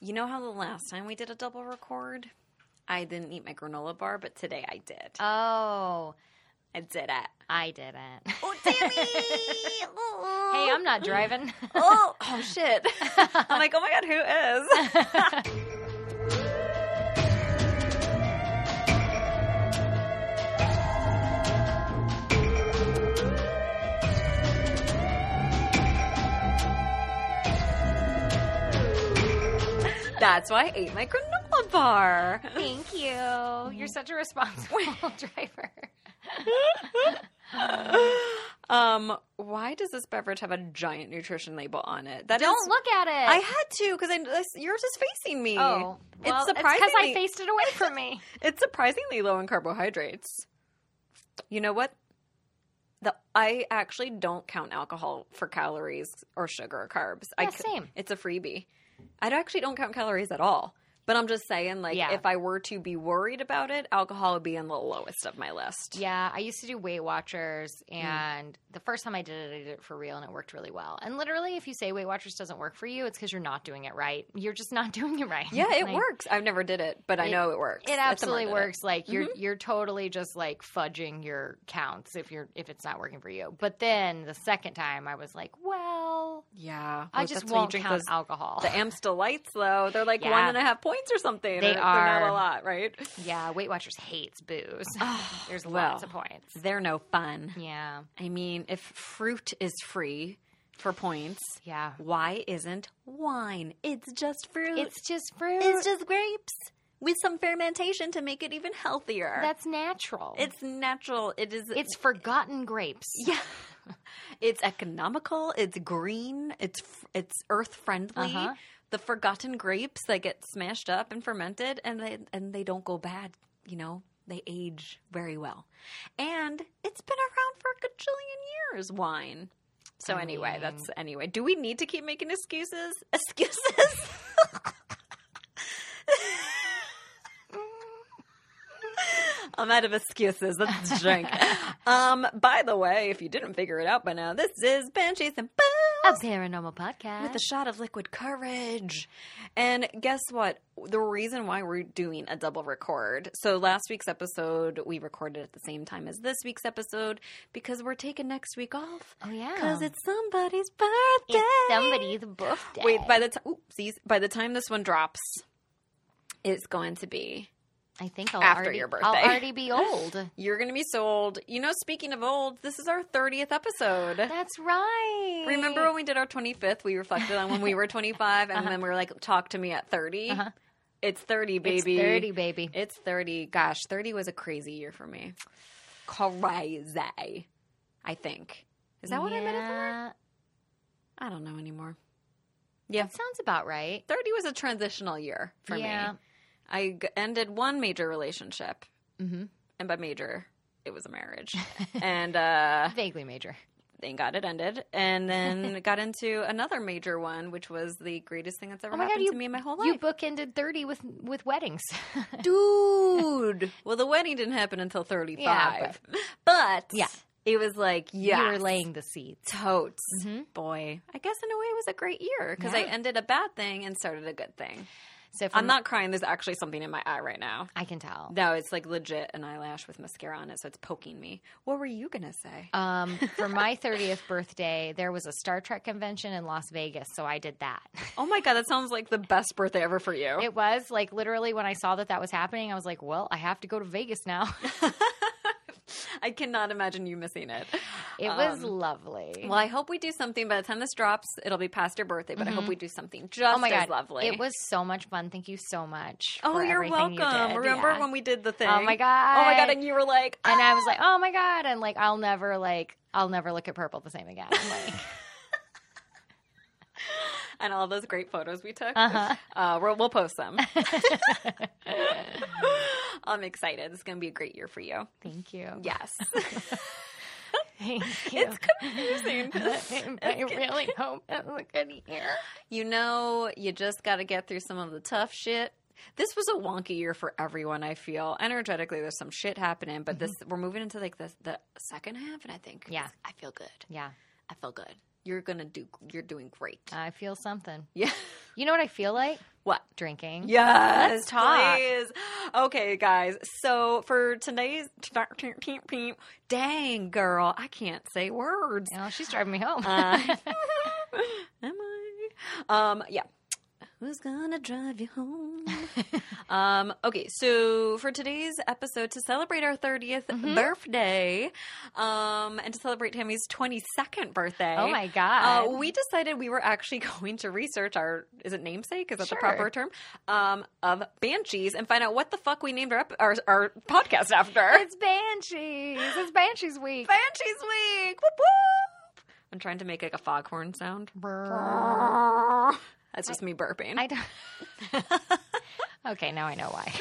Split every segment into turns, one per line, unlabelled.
You know how the last time we did a double record, I didn't eat my granola bar, but today I did.
Oh,
I did it.
I didn't.
Oh, Tammy!
hey, I'm not driving.
Oh, oh shit. I'm like, oh my God, who is? That's why I ate my granola bar.
Thank you. You're such a responsible driver.
Um, why does this beverage have a giant nutrition label on it? That
Don't
is-
look at it.
I had to because I this- yours is facing me.
oh, well,
it's
it's because
surprisingly
I faced it away from me.
it's surprisingly low in carbohydrates. You know what? The I actually don't count alcohol for calories or sugar or carbs. I
Yeah,
c-
same.
It's a freebie. I don't- actually don't count calories at all. But I'm just saying, like,
Yeah.
if I were to be worried about it, alcohol would be in the lowest of my list.
Yeah, I used to do Weight Watchers,
Hmm.
and the first time I did it, I did it for real, and it worked really well. And literally, if you say Weight Watchers doesn't work for you, it's because you're not doing it right. You're just not doing it right.
Yeah, it
Like,
works. I've never did it, but I
It-
know it Mm-hmm. works.
It
That's the
absolutely
market.
works. Like you're you're totally just like fudging your counts if you're if it's not working for you. But then the second time, I was like, well,
Yeah,
I
Like,
just
that's when you
won't
drink
count
those-
alcohol.
The Amstel Lights, though, they're like
Yeah.
one and a half points or something.
They
or They're not
are.
a lot, right?
yeah, Weight Watchers hates booze. There's
Oh, well.
lots of points.
They're no fun.
Yeah,
I mean, if fruit is free for points,
yeah.
why isn't wine? It's just fruit.
It's just fruit.
It's just grapes with some fermentation to make it even healthier.
That's natural.
it's natural. It is.
it's forgotten grapes.
yeah. It's economical. It's green. It's f- it's earth friendly.
Uh-huh.
The forgotten grapes that get smashed up and fermented, and they and they don't go bad. You know, they age very well, and it's been around for a gajillion years. Wine. So
I
anyway,
mean-
that's anyway. Do we need to keep making excuses? Excuses. I'm out of excuses. Let's drink. um, by the way, if you didn't figure it out by now, this is Banshees and Boo
A paranormal
with
podcast.
a shot of liquid courage. And guess what? The reason why we're doing a double record. So last week's episode we recorded at the same time as this week's episode because we're taking next week off
oh yeah,
because it's somebody's birthday.
It's somebody's birthday.
Wait, by the time oopsies, by the time this one drops, it's going to be
I think I'll
after
already,
your
I'll
birthday.
already be old.
You're going to be so old. You know, speaking of old, this is our 30th episode.
That's right.
Remember when we did our 25th? We reflected on when we were 25
Uh-huh.
and then we were like, talk to me at 30. It's 30, baby.
It's thirty, baby.
It's 30. Gosh, 30 was a crazy year for me. Crazy, I think. Is that what I meant it for?
Yeah,
I don't know anymore.
That sounds about right.
30 was a transitional year for
yeah.
me. I g- ended one major relationship,
hmm
and by major, it was a marriage. and, uh,
Vaguely major.
thank God it ended. And then got into another major one, which was the greatest thing that's ever
Oh my God,
happened
you-
to me in my whole
You
life.
bookended thirty with with weddings.
Dude. well, the wedding didn't happen until 35.
Yeah,
but,
Yeah.
it was like, yeah.
You were laying the seeds.
totes.
Mhm.
Boy, I guess in a way it was a great year because I
Yeah. Um,
ended a bad thing and started a good thing.
So from,
I'm not crying. There's actually something in my eye right now.
I can tell.
No, it's like legit an eyelash with mascara on it, so it's poking me. What were you going to say?
Um, for my 30th birthday, there was a Star Trek convention in Las Vegas, so I did that.
oh my God, that sounds like the best birthday ever for you.
It was like literally when I saw that that was happening, I was like, well, I have to go to Vegas now.
I cannot imagine you missing it.
It was
Um,
lovely.
Well, I hope we do something. By the time this drops, it'll be past your birthday, but I hope we do something just
oh my
as
god,
lovely.
It was so much fun. Thank you so much.
Oh,
for
you're
everything
welcome.
you did.
Remember
Yeah.
when we did the thing?
Oh my
Oh my god!
God.
And you were like,
and I was like,
Ah.
oh my god, and like I'll never like I'll never look at purple the same again. I'm like,
and all those great photos we took.
Uh-huh.
Uh, we'll, we'll post them. I'm excited. It's going to be a great year for you.
thank you.
Yes.
Thank you.
it's confusing.
I really hope it was a good year.
you know, you just got to get through some of the tough shit. This was a wonky year for everyone. I feel energetically. There's some shit happening, but this we're moving into like the the second half, and I think
Mm-hmm. Yeah.
I feel good.
Yeah.
I feel good. you're gonna do. You're doing great.
I feel something.
yeah.
You know what I feel like?
What?
Drinking.
Yes,
Let's talk.
please. Okay, guys. So for today's dang girl, I can't say words.
You know, she's driving me home.
Uh, am I? Um, yeah. Who's gonna drive you home? um, okay, so for today's episode, to celebrate our 30th
Mm-hmm.
birthday, um, and to celebrate Tammy's 22nd birthday.
oh my
Uh,
god.
we decided we were actually going to research our is it namesake is that
Sure.
the proper term um, of banshees and find out what the fuck we named our ep- our, our podcast after.
it's Banshees. It's Banshees week.
Banshees Week. Whoop whoop. I'm trying to make like a foghorn sound.
Brrr.
That's just me burping.
I don't. okay, now I know why.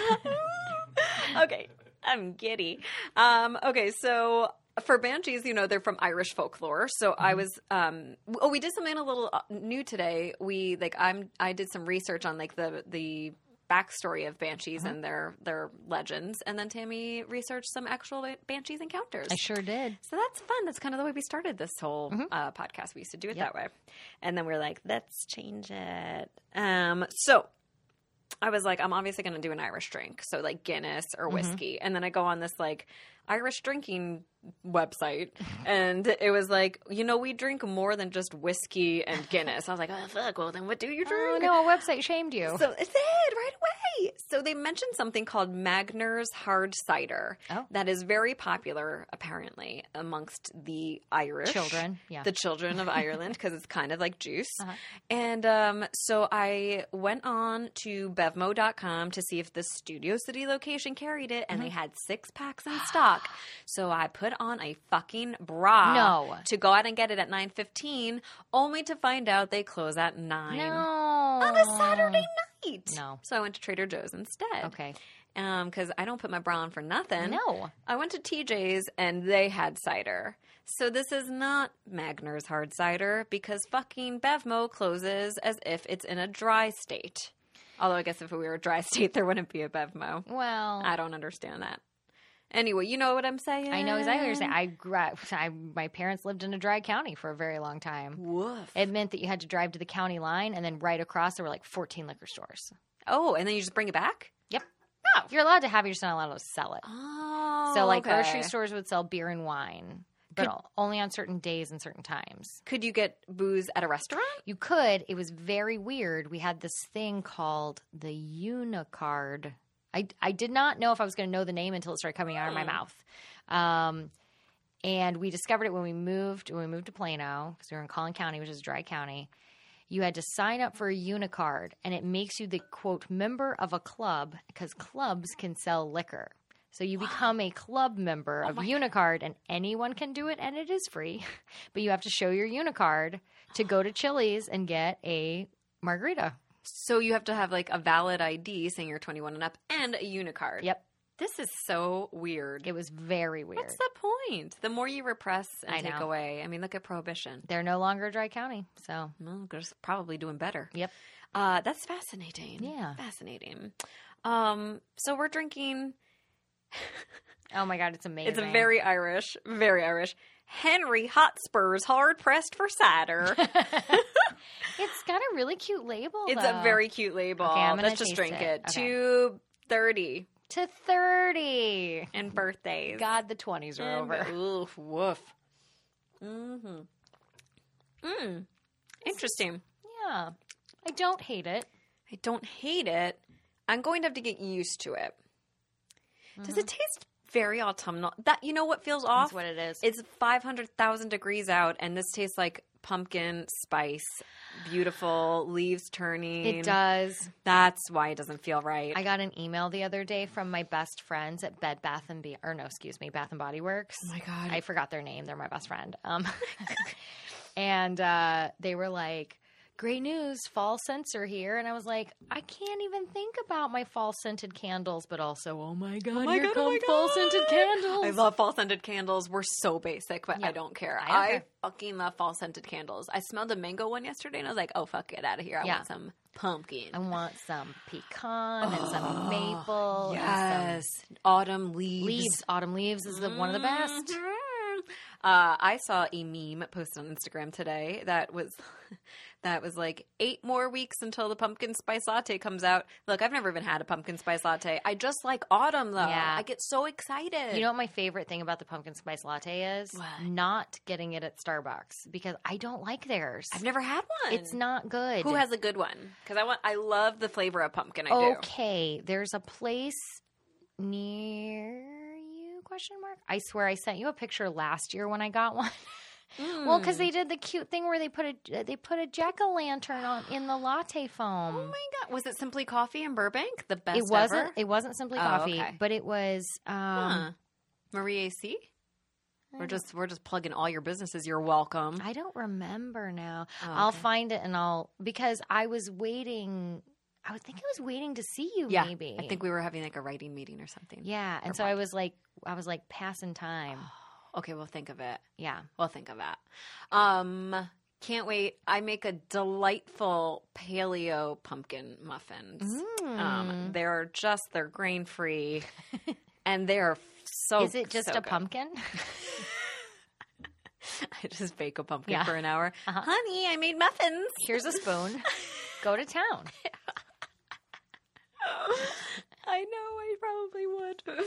okay, I'm giddy. Um, okay, so for banshees, you know they're from Irish folklore. So I was, um, w- oh, we did something a little uh, new today. We like I'm I did some research on like the the backstory of banshees and their their legends, and then Tammy researched some actual ba- banshees encounters.
I sure did.
So that's fun. That's kind of the way we started this whole
Mm-hmm.
uh, podcast. We used to do it that way. And then we are like, let's change it. Um, so I was like, I'm obviously going to do an Irish drink. So, like Guinness or
Mm-hmm.
whiskey. And then I go on this like Irish drinking website. and it was like, you know, we drink more than just whiskey and Guinness. I was like, oh, fuck. Well, then what do you
Oh
drink?
no, a website shamed you.
So it did right away. So they mentioned something called Magner's hard cider
Oh.
that is very popular apparently amongst the Irish
Children, yeah. Uh-huh.
the children of Ireland because it's kind of like juice. And um, so I went on to bevmo.com to see if the Studio City location carried it, and they
Mm-hmm.
had six packs in stock. So I put on a fucking bra
No.
to go out and get it at nine fifteen, only to find out they close at nine
no.
on a Saturday night.
Oh. No.
So I went to Trader Joe's instead.
Okay.
Because I don't put my bra on for nothing.
No.
I went to TJ's and they had cider. So this is not Magner's hard cider because fucking Bevmo closes as if it's in a dry state. Although I guess if we were a dry state, there wouldn't be a Bevmo.
Well,
I don't understand that. Anyway, you know what I'm saying?
Oh. I know exactly what you're saying. I, gra- I my parents lived in a dry county for a very long time.
Woof.
It meant that you had to drive to the county line, and then right across there were like 14 liquor stores.
Oh, and then you just bring it back?
Yep. No. You're allowed to have it, you're just not allowed to sell it.
Oh.
so, like,
okay.
grocery stores would sell beer and wine, but o- only on certain days and certain times.
Could you get booze at a restaurant?
You could. It was very weird. We had this thing called the Unicard. I, I did not know if I was going to know the name until it started coming out of my
Hmm.
mouth. Um, and we discovered it when we moved when we moved to Plano because we were in Collin County, which is a dry county. You had to sign up for a Unicard, and it makes you the quote member of a club because clubs can sell liquor. So you become a club member of
Oh my
Unicard, and anyone can do it, and it is free. but you have to show your Unicard to go to Chili's and get a margarita.
So you have to have like a valid ID saying you're 21 and up and a unicard.
Yep,
This is so weird.
it was very weird.
What's the point? The more you repress and
I
take
know.
away, I mean, look at prohibition.
They're no longer a dry county, so
Well, they're probably doing better.
Yep.
Uh, that's fascinating.
Yeah.
Fascinating. Um, so we're drinking.
oh my god, it's amazing.
It's a very Irish, very Irish. Henry Hotspur's hard pressed for cider.
It's got a really cute label.
it's a
though.
very cute label.
Okay, I'm gonna
Let's just
taste
drink it.
it. Okay.
Two thirty
to thirty.
and birthdays.
God, the twenties are
And-
over.
Oof, woof. Mm-hmm. Mm. Interesting.
Yeah, I don't hate it.
I don't hate it. I'm going to have to get used to it. Does it taste very autumnal? That you know what feels off?
That's what it Mm-hmm. is.
It's 500,000 degrees out and this tastes like pumpkin spice. Beautiful, leaves turning.
It does.
That's why it doesn't feel right.
I got an email the other day from my best friends at Bed Bath and Beyond, or no, excuse me, Bath and Body Works.
oh my god.
I forgot their name. They're my best friend. Um, and uh, they were like, Great news, fall scents are here. And I was like, I can't even think about my fall scented candles, but also, oh my God,
my
here
God, oh
come
my
fall scented
God.
candles.
I love fall scented candles. We're so basic, but
Yeah.
I don't care. I,
I don't care.
fucking love fall scented candles. I smelled a mango one yesterday and I was like, oh fuck, get out of here. I
Yeah.
want some pumpkin.
I want some pecan and
Ah,
some maple. and some
Yes. Autumn leaves. Mm-hmm.
leaves. Autumn leaves is the, one of the best.
Mhm. Uh, I saw a meme posted on Instagram today that was that was like eight more weeks until the pumpkin spice latte comes out. Look, I've never even had a pumpkin spice latte. I just like autumn though.
Yeah.
I get so excited.
You know what my favorite thing about the pumpkin spice latte is?
What?
Not getting it at Starbucks because I don't like theirs.
I've never had one.
It's not good.
Who has a good one? Because I want. I love the flavor of pumpkin. I do.
Okay, there's a place near you? Question mark. I swear I sent you a picture last year when I got one.
Hmm.
Well, because they did the cute thing where they put a they put a jack o' lantern on in the latte foam.
Oh my god! Was it simply coffee in Burbank? The best.
Um, it wasn't.
ever?
It wasn't simply
Oh,
coffee,
okay.
but it was. Um,
Huh. Marie AC. We're
don't-
just we're just plugging all your businesses. You're welcome.
I don't remember now.
Oh,
I'll
okay.
find it and I'll because I was waiting. I would think I was waiting to see you.
Yeah,
maybe
I think we were having like a writing meeting or something.
Yeah,
Or
and so I was like, I was like passing time.
Okay, we'll think of it.
Yeah.
We'll think of that. Um, can't wait. I make a delightful paleo pumpkin muffins. Um,
Mm.
they're just they're grain free, and they're so.
Is it just
oh, so
a
good.
pumpkin?
I just bake a pumpkin
Yeah.
for an hour.
Uh-huh.
Honey, I made muffins.
Here's a spoon. Go to town.
I know, I probably would.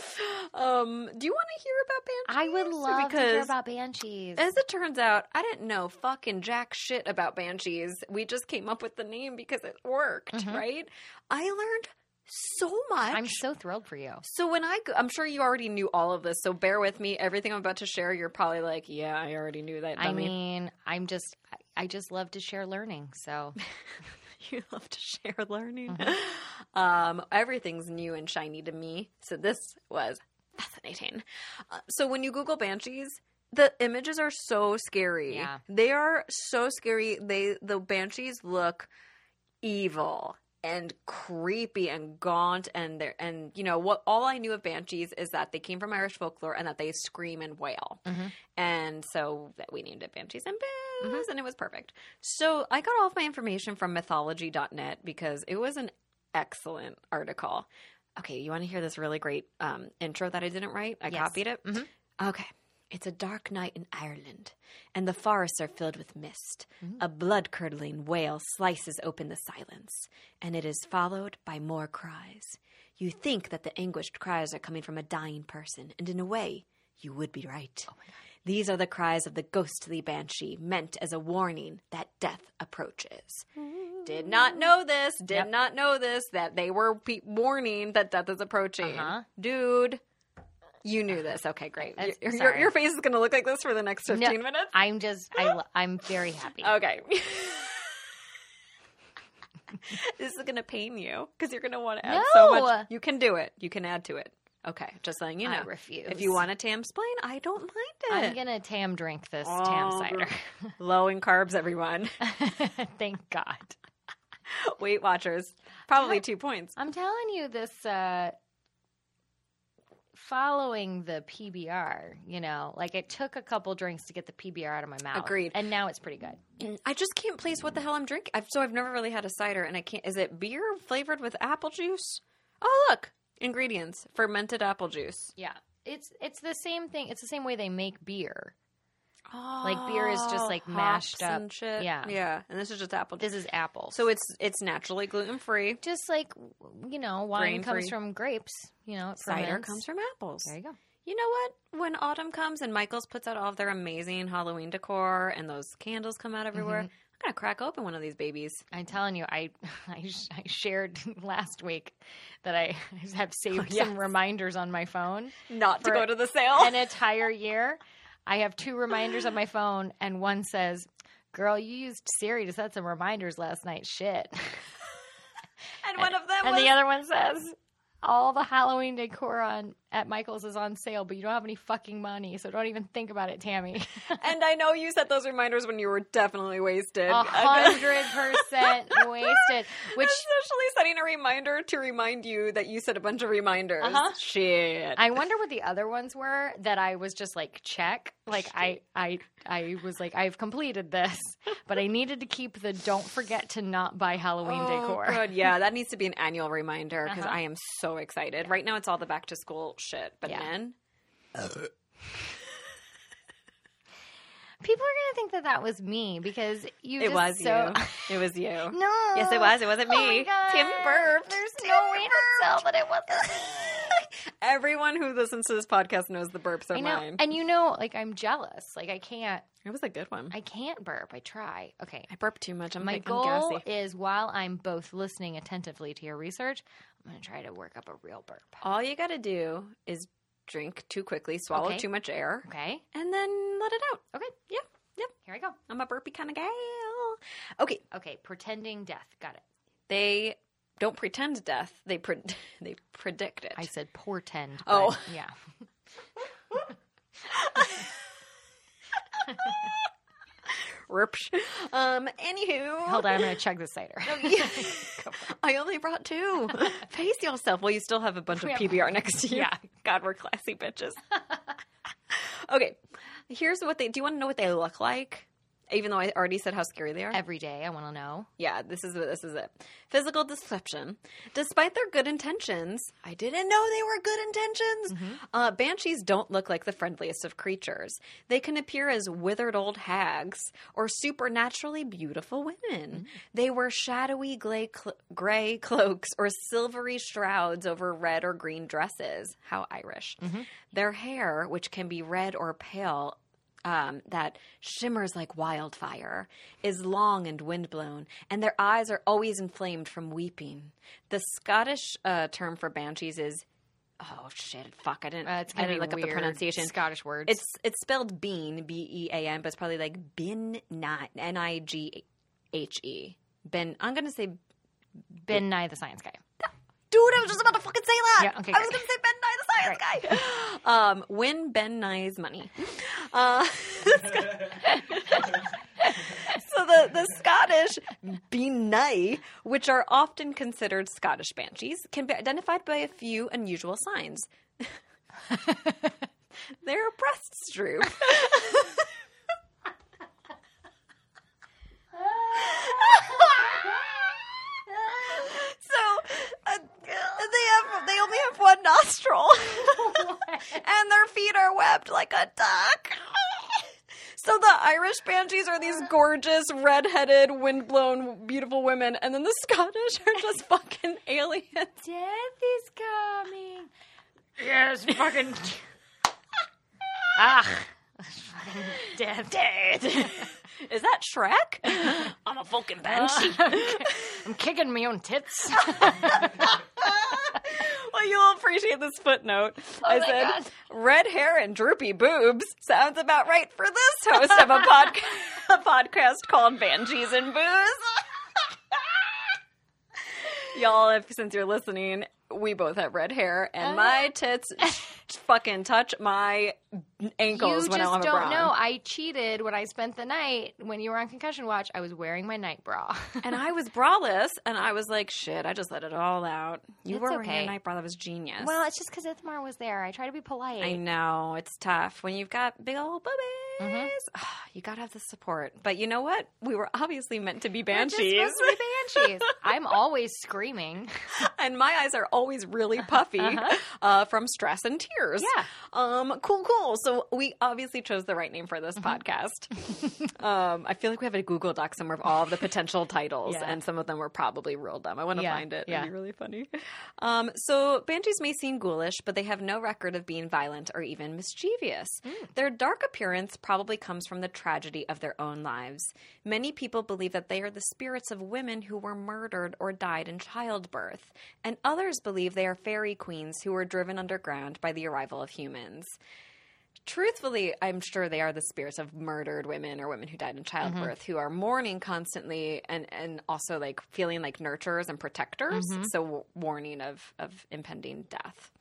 Um, do you want to hear about
I
banshees?
would love to hear
Because
about banshees.
As it turns out, I didn't know fucking jack shit about banshees. We just came up with the name because it worked,
Mhm.
right? I learned so much.
I'm so thrilled for you.
So when I, go- I'm sure you already knew all of this. So bear with me. Everything I'm about to share, you're probably like, yeah, I already knew that.
I
dummy."
mean, I'm just, I- I just love to share learning. So
you love to share learning. Um, everything's new and shiny to me, so this was fascinating. Uh, so when you Google banshees, the images are so scary.
Yeah.
They are so scary. They the banshees look evil and creepy and gaunt and they're and you know what all I knew of banshees is that they came from Irish folklore and that they scream and wail.
Mhm.
And so that we named it Banshees and Booze and it was perfect. So I got all of my information from mythology.net because it was an excellent article. Okay, you want to hear this really great um, intro that I didn't write? I
Yes.
copied it.
Mhm.
Okay. It's a dark night in Ireland, and the forests are filled with mist.
Mm-hmm.
A blood curdling wail slices open the silence, and it is followed by more cries. You think that the anguished cries are coming from a dying person, and in a way, you would be right.
Oh
These are the cries of the ghostly banshee, meant as a warning that death approaches. Did not know this, did
Yep.
not know this, that they were pe- warning that death is approaching.
Uh-huh.
Dude. You knew this. Okay, great.
That's-
Your, your-
Uh, sorry.
your face is going to look like this for the next 15
No,
minutes.
I'm just, I, lo- I'm very happy.
Okay. this is going to pain you because you're going to want to add so
No.
much. You can do it. You can add to it. Okay, just letting you know.
I refuse.
If you want to tam splain, I don't mind it.
I'm gonna tam drink this tam
Oh,
cider.
Low in carbs, everyone.
Thank God.
Weight Watchers, probably two points.
I'm telling you this uh following the PBR, you know, like it took a couple drinks to get the PBR out of my mouth.
Agreed.
And now it's pretty good.
I just can't place what the hell I'm drinking. I've, so I've never really had a cider, and I can't. Is it beer flavored with apple juice? Oh, look. Ingredients fermented apple juice.
Yeah. It's it's the same thing. It's the same way they make beer.
Oh,
beer is just, like, mashed
hops
up.
And shit.
Yeah.
yeah, and this is just apple juice.
This is apple.
So it's it's naturally gluten free.
just like you know, wine
Grain-free.
comes from grapes, you know, it
Cider
ferments.
comes from apples.
There you go.
You know what? When autumn comes and Michaels puts out all of their amazing Halloween decor and those candles come out everywhere,
Mm-hmm.
I'm gonna crack open one of these babies.
I'm telling you, I I, sh- I shared last week that I have saved
Oh, yes.
some reminders on my phone.
Not
For-
to go to the sale.
an entire year. I have two reminders on my phone, and one says, Girl, you used Siri to set some reminders last night. Shit.
And one of them
And
was
the other one says, All the Halloween decor on at Michael's is on sale, but you don't have any fucking money, so don't even think about it, Tammy.
And I know you set those reminders when you were definitely wasted.
A hundred percent wasted. Which
Especially setting a reminder to remind you that you set a bunch of reminders.
Uh-huh.
Shit.
I wonder what the other ones were that I was just like check. Like I I I was like I've completed this, but I needed to keep the don't forget to not buy Halloween decor.
Oh, good. Yeah, that needs to be an annual reminder because
Uh-huh.
I am so excited. Right now, it's all the back to school shit, but
Yeah.
then
People are going to think that that was me because you
It
just
was
so
you. It was you.
No.
Yes, it was. It wasn't
Oh my
me.
God.
Tim burped.
There's
Tim
no way to
burped.
tell that it wasn't me.
Everyone who listens to this podcast knows the burps are
I know.
mine.
And you know, like I'm jealous. Like I can't
It was a good one. I,
I can't burp. I try. Okay.
burped too much. I'm
My
like, I'm
goal
gassy.
is while I'm both listening attentively to your research, I'm going to try to work up a real burp.
All you got to do is drink too quickly, swallow
Okay.
too much air,
Okay?
and then let it out.
Okay.
Yep, yep.
Here I go.
I'm a burpy kind of gal. Okay,
Okay, pretending death. Got it.
they don't pretend death. They pre- they predict it.
I said portend. but
Oh.
yeah.
Ripsh. Um. Anywho,
Hold on, I'm going to check this later.
I only brought two. Face yourself. Well, you still have a bunch of
We have-
PBR next to you.
Yeah.
God, we're classy bitches. okay, here's what they. Do you want to know what they look like? Even though I already said how scary they are.
Every day, I want to know.
Yeah, this is this is it. Physical deception. Despite their good intentions, I didn't know they were good intentions. Uh, banshees don't look like the friendliest of creatures. They can appear as withered old hags or supernaturally beautiful women. They wear shadowy gray, cl- gray cloaks or silvery shrouds over red or green dresses. How Irish! Their hair, which can be red or pale, um, that shimmers like wildfire, is long and windblown, and their eyes are always inflamed from weeping. The Scottish uh, term for banshees is oh shit, fuck, I didn't,
Uh, it's
I
going to
didn't look
be weird
up the pronunciation.
Scottish words.
It's it's spelled bean, B E A N, but it's probably like bin not N I G H E. Ben, I'm gonna say, dude,
Ben Nye the Science Guy.
I was just about to fucking say that.
Yeah, okay,
I was
great.
gonna say Ben Nye the Science Guy. Um, win Ben Nye's money. Uh, so the, the Scottish Benai, which are often considered Scottish banshees, can be identified by a few unusual signs. Their breasts droop. so uh, they have they only have one nostril, and their feet are webbed like a duck. So the Irish banshees are these gorgeous, red-headed, windblown, beautiful women, and then the Scottish are just fucking aliens.
Death is coming. Yes, fucking. ah. Death. Dead.
Is that Shrek? I'm a fucking banshee.
I'm kicking me own tits.
well, you'll appreciate this footnote. I
Oh my
said,
God.
"Red hair and droopy boobs sounds about right for this host of a, podca- a podcast called Banshees and Booze." Y'all, if since you're listening, we both have red hair, and
Uh-huh.
my tits fucking touch my ankles
you
when I don't have
just don't
a bra. on.
know. I cheated when I spent the night when you were on concussion watch. I was wearing my night bra.
And I was braless, and I was like, "Shit, I just let it all out." You
It's
were wearing
okay.
your night bra. That was genius.
well, it's just because Ithmar was there. I try to be polite.
I know it's tough when you've got big old boobies.
Mm-hmm.
You gotta have the support. But you know what? We were obviously meant to be
We're just
banshees,
supposed to be banshees. I'm always screaming.
and my eyes are always really puffy uh from stress and tears.
Uh-huh, Yeah.
Um. Cool. Cool. So we obviously chose the right name for this
Mm-hmm.
podcast. um. I feel like we have a Google Doc somewhere of all of the potential titles,
Yeah.
and some of them were probably real dumb. I want to
Yeah,
find it.
yeah.
It'd be really funny. Um, so banshees may seem ghoulish, but they have no record of being violent or even mischievous.
Hmm.
Their dark appearance probably comes from the tragedy of their own lives. Many people believe that they are the spirits of women who were murdered or died in childbirth, and others believe they are fairy queens who were driven underground by the arrival of humans truthfully, I'm sure they are the spirits of murdered women or women who died in childbirth who are mourning constantly and, and also like feeling like nurturers and protectors. So, w- warning of, of impending death.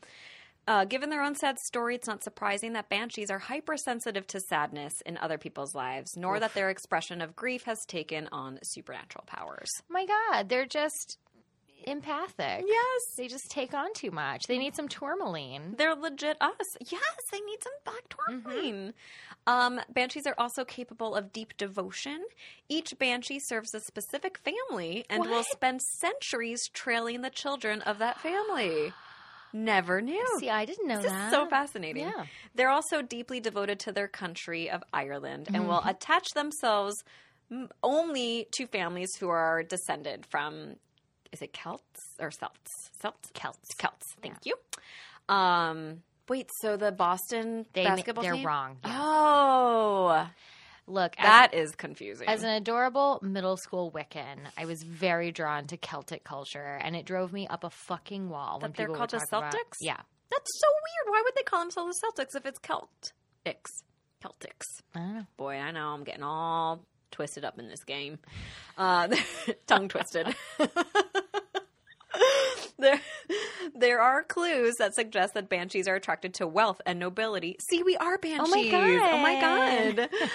Uh, given their own sad story, it's not surprising that banshees are hypersensitive to sadness in other people's lives, nor that their expression of grief has taken on supernatural powers.
my God, they're just empathic.
Yes.
They just take on too much. They need some tourmaline.
They're legit us. Yes, they need some black
Mm-hmm.
tourmaline. Um, banshees are also capable of deep devotion. Each banshee serves a specific family and will spend centuries trailing the children of that family. Never knew.
See, I didn't know
This
that.
is so fascinating.
Yeah.
They're also deeply devoted to their country of Ireland and
Mm-hmm.
will attach themselves m- only to families who are descended from, is it Celts or Celts? Celts? Celts. Celts. Thank you. Um, wait, so the Boston
They-
basketball
they're
team?
wrong, yeah.
Oh,
Look, as,
that is confusing.
as an adorable middle school Wiccan, I was very drawn to Celtic culture, and it drove me up a fucking wall when
That they're
people
called
would
the
talk about-
Celtics?
yeah,
That's so weird. Why would they call themselves the Celtics if it's Celtics? Celtics.
I don't know.
Boy, I know I'm getting all twisted up in this game. Uh, tongue twisted. there, there are clues that suggest that banshees are attracted to wealth and nobility. See, we are banshees. Oh my
God.
god.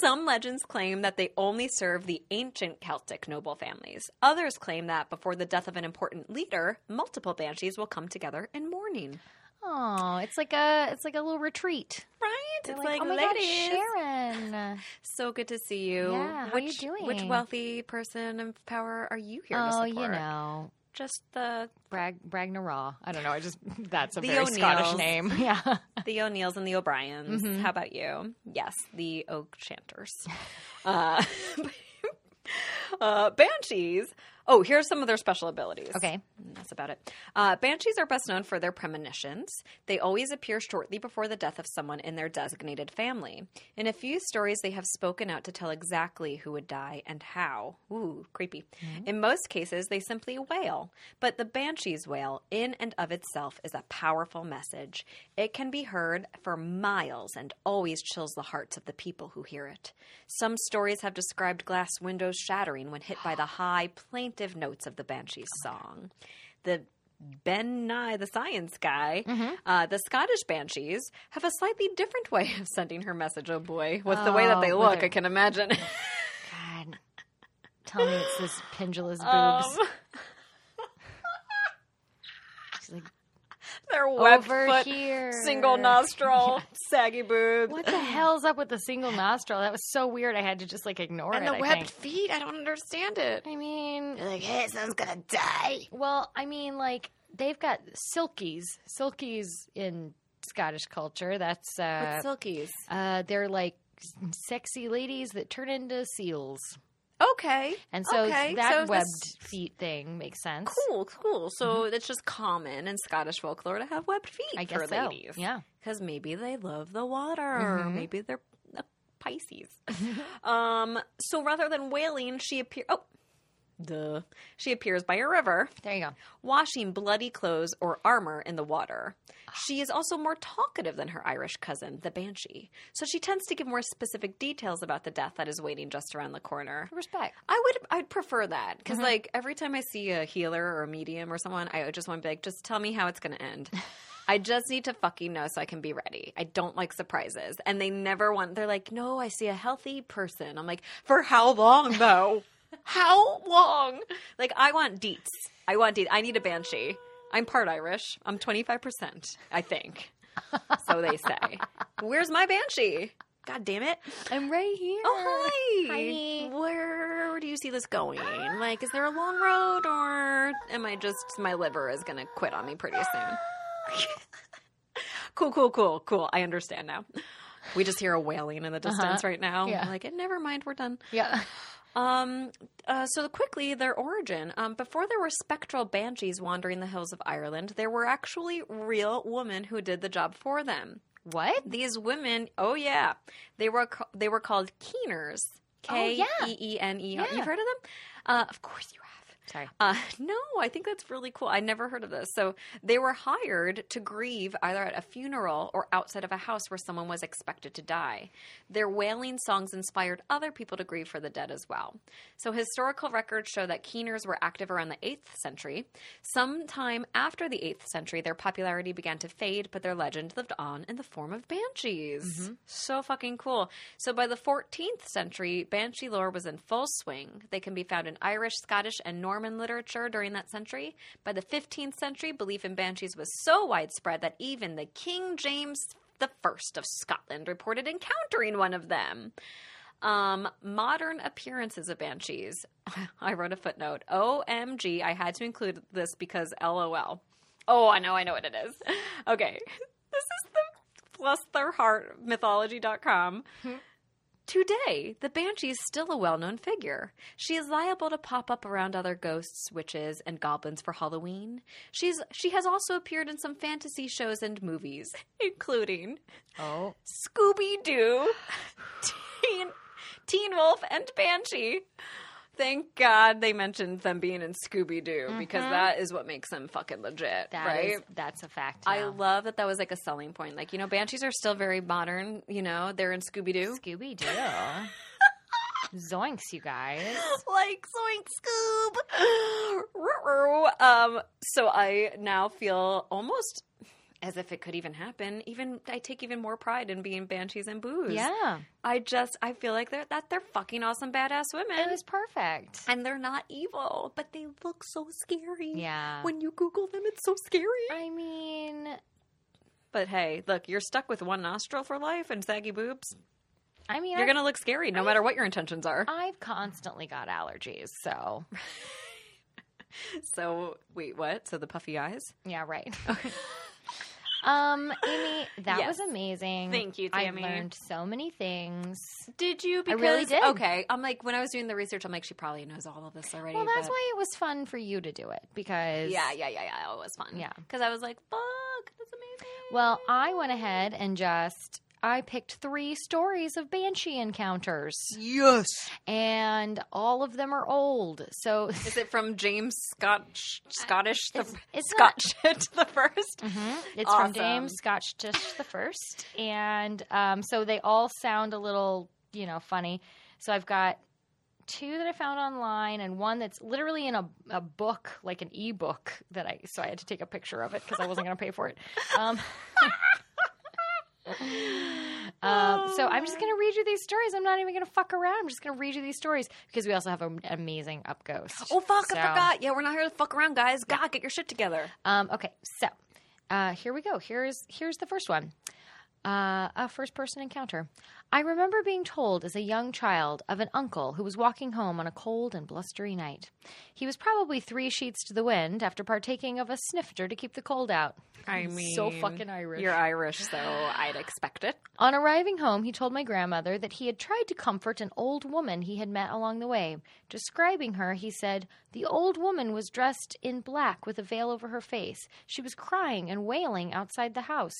Some legends claim that they only serve the ancient Celtic noble families. Others claim that before the death of an important leader, multiple banshees will come together in mourning.
Oh, it's like a it's like a little retreat.
Right?
They're
it's like,
oh my
ladies.
God, Sharon.
So good to see you.
Yeah, how you
which, Which
doing?
wealthy person in power are you here to
oh,
support?
you know,
Just the
Brag Bragnaral. I don't know. I just that's a
The
very Scottish
O'Neills.
name. Yeah.
the O'Neills and the O'Briens. How about you? Yes, the Oak Chanters. uh, uh, banshees. Oh, here's some of their special abilities.
Okay.
And That's about it. Uh, banshees are best known for their premonitions. They always appear shortly before the death of someone in their designated family. In a few stories, they have spoken out to tell exactly who would die and how. Ooh, creepy. In most cases, they simply wail. But the banshee's wail, in and of itself, is a powerful message. It can be heard for miles and always chills the hearts of the people who hear it. Some stories have described glass windows shattering when hit by the high, plaintive notes of the banshee's song the Ben Nye the Science Guy,
Mm-hmm.
uh, the Scottish Banshees have a slightly different way of sending her message. Oh boy, what's the way that they
Oh,
look?
whether-
I can imagine.
God. Tell me it's this pendulous boobs.
Um,
She's like,
their webbed
Over
foot,
here.
single nostril, saggy boobs,
what the hell's up with the single nostril? That was so weird. I had to just like ignore
and
it.
the
I
webbed
think.
feet. I don't understand it.
I mean,
They're like, hey, someone's gonna die.
well, I mean, like they've got silkies, silkies in Scottish culture. That's uh,
What's silkies?
uh, they're like s- sexy ladies that turn into seals,
Okay,
and so
Okay,
that
so this-
webbed feet thing makes sense.
cool, cool. So it's just common in Scottish folklore to have webbed feet
I guess
for
so.
ladies.
Yeah.
because maybe they love the water.
Mhm.
Maybe they're uh, Pisces. um, so rather than whaling, she appears. Oh, duh. She appears by a river,
There you go.
washing bloody clothes or armor in the water. She is also more talkative than her Irish cousin, the banshee, so she tends to give more specific details about the death that is waiting just around the corner.
Respect.
I would I'd prefer that because like every time I see a healer or a medium or someone, I just want to be like, just tell me how it's going to end. I just need to fucking know so I can be ready. I don't like surprises, and they never want. They're like, no, I see a healthy person. I'm like, for how long though? how long? Like I want deets. I want deets. I need a banshee. I'm part Irish. I'm 25 percent, I think. So they say. Where's my banshee? God damn it.
I'm right here.
Oh hi.
Hi.
Where do you see this going? Like, is there a long road, or am I just my liver is gonna quit on me pretty soon? cool, cool, cool, cool. I understand now. We just hear a wailing in the distance right now.
Yeah.
We're like, "Eh, never mind, we're done.
Yeah.
Um, uh, so quickly, their origin. Um, before there were spectral banshees wandering the hills of Ireland, there were actually real women who did the job for them.
What?
These women, oh yeah, they were ca- they were called keeners.
Oh,
K
yeah.
e e n e r.
Yeah.
You've heard of them? Uh, of course you have.
Sorry.
Uh, no, I think that's really cool. I never heard of this. So they were hired to grieve either at a funeral or outside of a house where someone was expected to die. Their wailing songs inspired other people to grieve for the dead as well. So historical records show that keeners were active around the 8th century. Sometime after the 8th century, their popularity began to fade, but their legend lived on in the form of banshees. So fucking cool. So by the 14th century, banshee lore was in full swing. They can be found in Irish, Scottish, and Norman literature during that century. By the 15th century, belief in banshees was so widespread that even the King James the first of Scotland reported encountering one of them. Um, modern appearances of banshees. I wrote a footnote. OMG, I had to include this because LOL. Oh, I know, I know what it is. Okay. This is the plus their heart mythology.com.
Mm-hmm.
Today, the Banshee is still a well known figure. She is liable to pop up around other ghosts, witches, and goblins for Halloween. She's, she has also appeared in some fantasy shows and movies, including
Oh,
Scooby Doo, Teen, Teen Wolf, and Banshee. Thank God they mentioned them being in Scooby Doo because that is what makes them fucking legit,
Mm-hmm. that
right?
is- that's a fact.
I
now.
love that that was like a selling point. Like, you know, Banshees are still very modern, you know, they're in Scooby Doo.
Scooby Doo. Zoinks, you guys.
like Zoink Scoob. Ruh-roh. um, so I now feel almost as if it could even happen. Even I take even more pride in being banshees and booze.
Yeah.
I just I feel like they're that they're fucking awesome badass
It
women.
was perfect.
and they're not evil, but they look so scary.
Yeah.
When you Google them, it's so scary.
I mean,
But hey, look, you're stuck with one nostril for life and saggy boobs.
I mean,
You're gonna look scary no matter what your intentions are.
I, I've constantly got allergies, so
um, So wait, what? So the puffy eyes?
yeah, right. um, Amy, that
Yes.
was amazing.
Thank you, Tammy.
I learned so many things.
Did you?
I
Because,
really did.
Okay. I'm like, when I was doing the research, I'm like, she probably knows all of this already.
Well, that's
but-
why it was fun for you to do it because
Yeah, yeah, yeah, yeah. It was fun.
Yeah.
Because I was like, fuck, that's amazing.
Well, I went ahead and just I picked three stories of banshee encounters,
Yes.
and all of them are old. So
Is it from James Scotch, Scottish, the,
It's- it's
Scotch to the first?
Mhm. It's
Awesome.
from James Scotch Dish the first, and um, so they all sound a little, you know, funny. So I've got two that I found online, and one that's literally in a, a book, like an ebook that I. So I had to take a picture of it because I wasn't going to pay for it. Um, um, so I'm just going to read you these stories. I'm not even going to fuck around. I'm just going to read you these stories because we also have an amazing up ghost.
Oh, fuck,
So-
I forgot. Yeah, we're not here to fuck around, guys. God, get your shit together.
Um, okay, so uh, here we go. Here's here's the first one. Uh, a first person encounter. I remember being told as a young child of an uncle who was walking home on a cold and blustery night. He was probably three sheets to the wind after partaking of a snifter to keep the cold out.
I
so fucking Irish.
You're Irish, so I'd expect it.
On arriving home, he told my grandmother that he had tried to comfort an old woman he had met along the way. Describing her, he said, The old woman was dressed in black with a veil over her face. She was crying and wailing outside the house.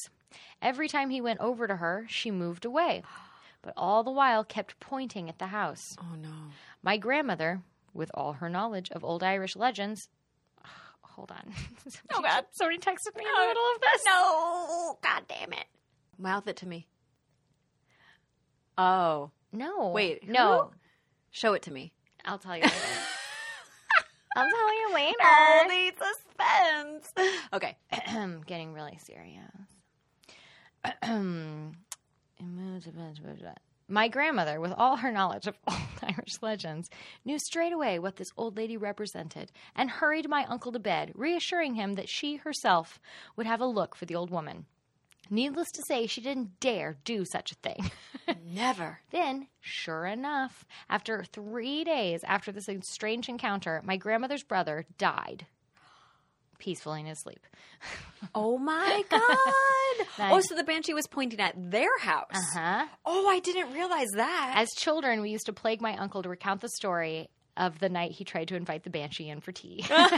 Every time he went over to her, she moved away, but all the while kept pointing at the house.
Oh, no.
My grandmother, with all her knowledge of old Irish legends, hold on.
Oh, God.
Somebody texted me in
No.
the middle of this.
No. Oh, God damn it. Mouth it to me. Oh.
No.
Wait, who?
No.
Show it to me.
I'll tell you later. I'll tell you
all
later.
the suspense. Okay.
Getting really serious. My grandmother, with all her knowledge of old Irish legends, knew straight away what this old lady represented and hurried my uncle to bed, reassuring him that she herself would have a look for the old woman. Needless to say, she didn't dare do such a thing.
Never.
Then, sure enough, after three days after this strange encounter, my grandmother's brother died peacefully in his sleep.
Oh my god.
Nice.
Oh, so the banshee was pointing at their house.
Huh?
Oh, I didn't realize that.
As children, we used to plague my uncle to recount the story of the night he tried to invite the banshee in for tea. I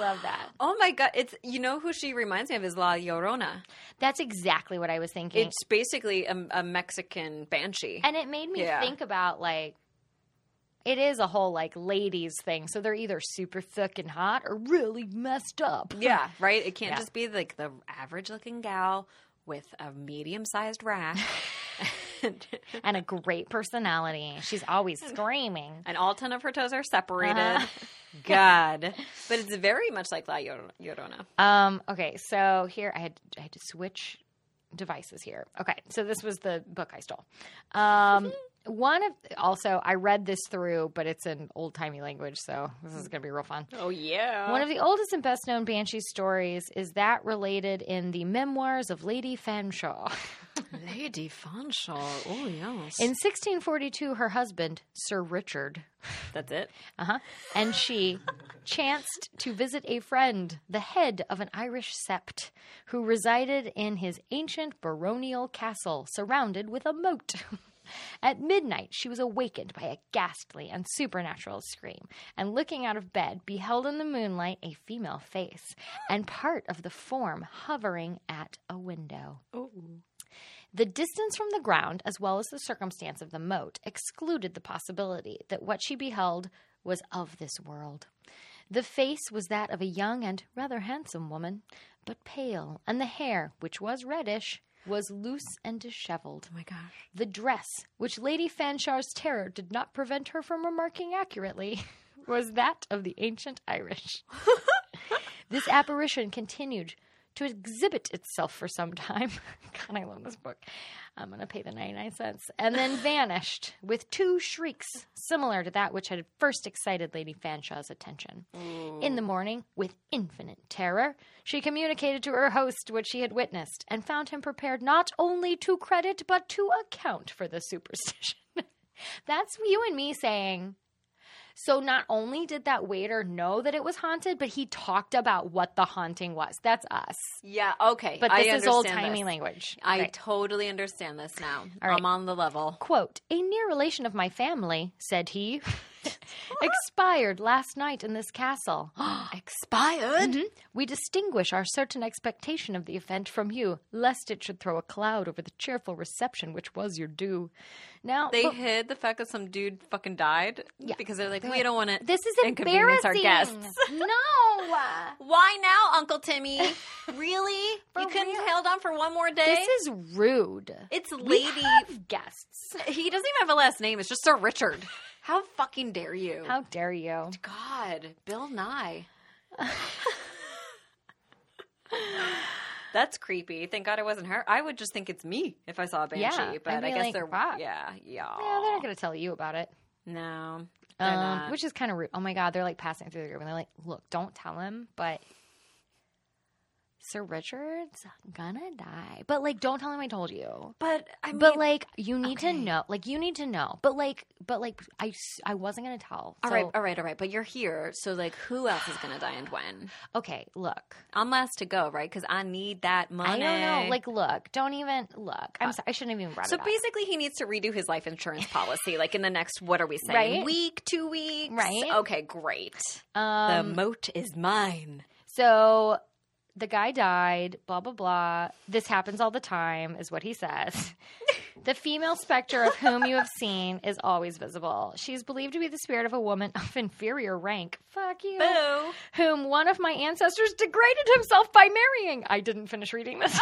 love that.
oh my god, it's you know who she reminds me of is La Llorona.
That's exactly what I was thinking.
It's basically a, a Mexican banshee.
and it made me
Yeah.
think about like it is a whole like ladies thing. So they're either super fucking hot or really messed up.
yeah, right? It can't
Yeah.
just be like the average looking gal with a medium sized rack. and,
and a great personality. She's always screaming.
and all 10 of her toes are separated. Uh-huh. God. But it's very much like La Llor- Llorona.
Um, okay, so here I had I had to switch devices here. Okay, so this was the book I stole. Um, one of also I read this through, but it's in old timey language, so this is gonna be real fun.
Oh, yeah.
One of the oldest and best known banshee stories is that related in the memoirs of Lady Fanshawe.
Lady Fanshawe. Oh, yes.
In 1642, her husband, Sir Richard,
That's it.
uh-huh, and she chanced to visit a friend, the head of an Irish sept, who resided in his ancient baronial castle surrounded with a moat. At midnight, she was awakened by a ghastly and supernatural scream, and looking out of bed, beheld in the moonlight a female face and part of the form hovering at a window.
Oh.
The distance from the ground, as well as the circumstance of the moat, excluded the possibility that what she beheld was of this world. The face was that of a young and rather handsome woman, but pale, and the hair, which was reddish, was loose and disheveled.
Oh, my gosh.
The dress, which Lady Fanshawe's terror did not prevent her from remarking accurately, was that of the ancient Irish. this apparition continued to exhibit itself for some time. God, I love this book. I'm going to pay the 99 cents. And then vanished with two shrieks similar to that which had first excited Lady Fanshawe's attention. In the morning, with infinite terror, she communicated to her host what she had witnessed and found him prepared not only to credit but to account for the superstition. That's you and me saying, so not only did that waiter know that it was haunted, but he talked about what the haunting was. That's us.
Yeah, okay.
But
I
this is
understand
old timey
this.
language.
I
Right.
totally understand this now.
All right.
I'm on the level.
Quote, a near relation of my family, said he, expired last night in this castle.
Expired?
Mhm. We distinguish our certain expectation of the event from you, lest it should throw a cloud over the cheerful reception which was your due. Now,
They
but-
hid the fact that some dude fucking died because they're like, we don't want to
this is
inconvenience
embarrassing.
our guests.
no,
Why now, Uncle Timmy? really? you couldn't
real?
held on for one more day?
this is rude.
it's
We
Lady.
have guests.
He doesn't even have a last name. It's just Sir Richard. How fucking dare you?
How dare you?
God, Bill Nye. That's creepy. Thank God it wasn't her. I would just think it's me if I saw a banshee,
Yeah, I'd
but I
be
guess
like,
they're
"Fuck."
yeah, yeah.
Yeah, they're not going to tell you about it.
No, they're
Um,
not.
which is kind of rude. Oh my God, they're like passing through the group and they're like, look, don't tell him, but Sir Richard's gonna die. But like, don't tell him I told you.
but I mean,
But like, you need
okay.
to know. Like, you need to know. But like, but like, I, s- I wasn't gonna tell.
all right,
So-
all right, all right. But you're here, so like, who else is gonna die and when?
Okay, look.
I'm last to go, right? Because I need that money.
I don't know. Like, look. Don't even look. I'm. sorry, I shouldn't have even brought
Uh, So
it up.
basically, he needs to redo his life insurance policy, like in the next, what are we saying?
Right.
Week, two weeks?
Right.
Okay, great.
Um,
the moat is mine.
So the guy died, blah, blah, blah. This happens all the time, is what he says. the female specter of whom you have seen is always visible. She is believed to be the spirit of a woman of inferior rank. Fuck you.
Boo.
Whom one of my ancestors degraded himself by marrying. I didn't finish reading this.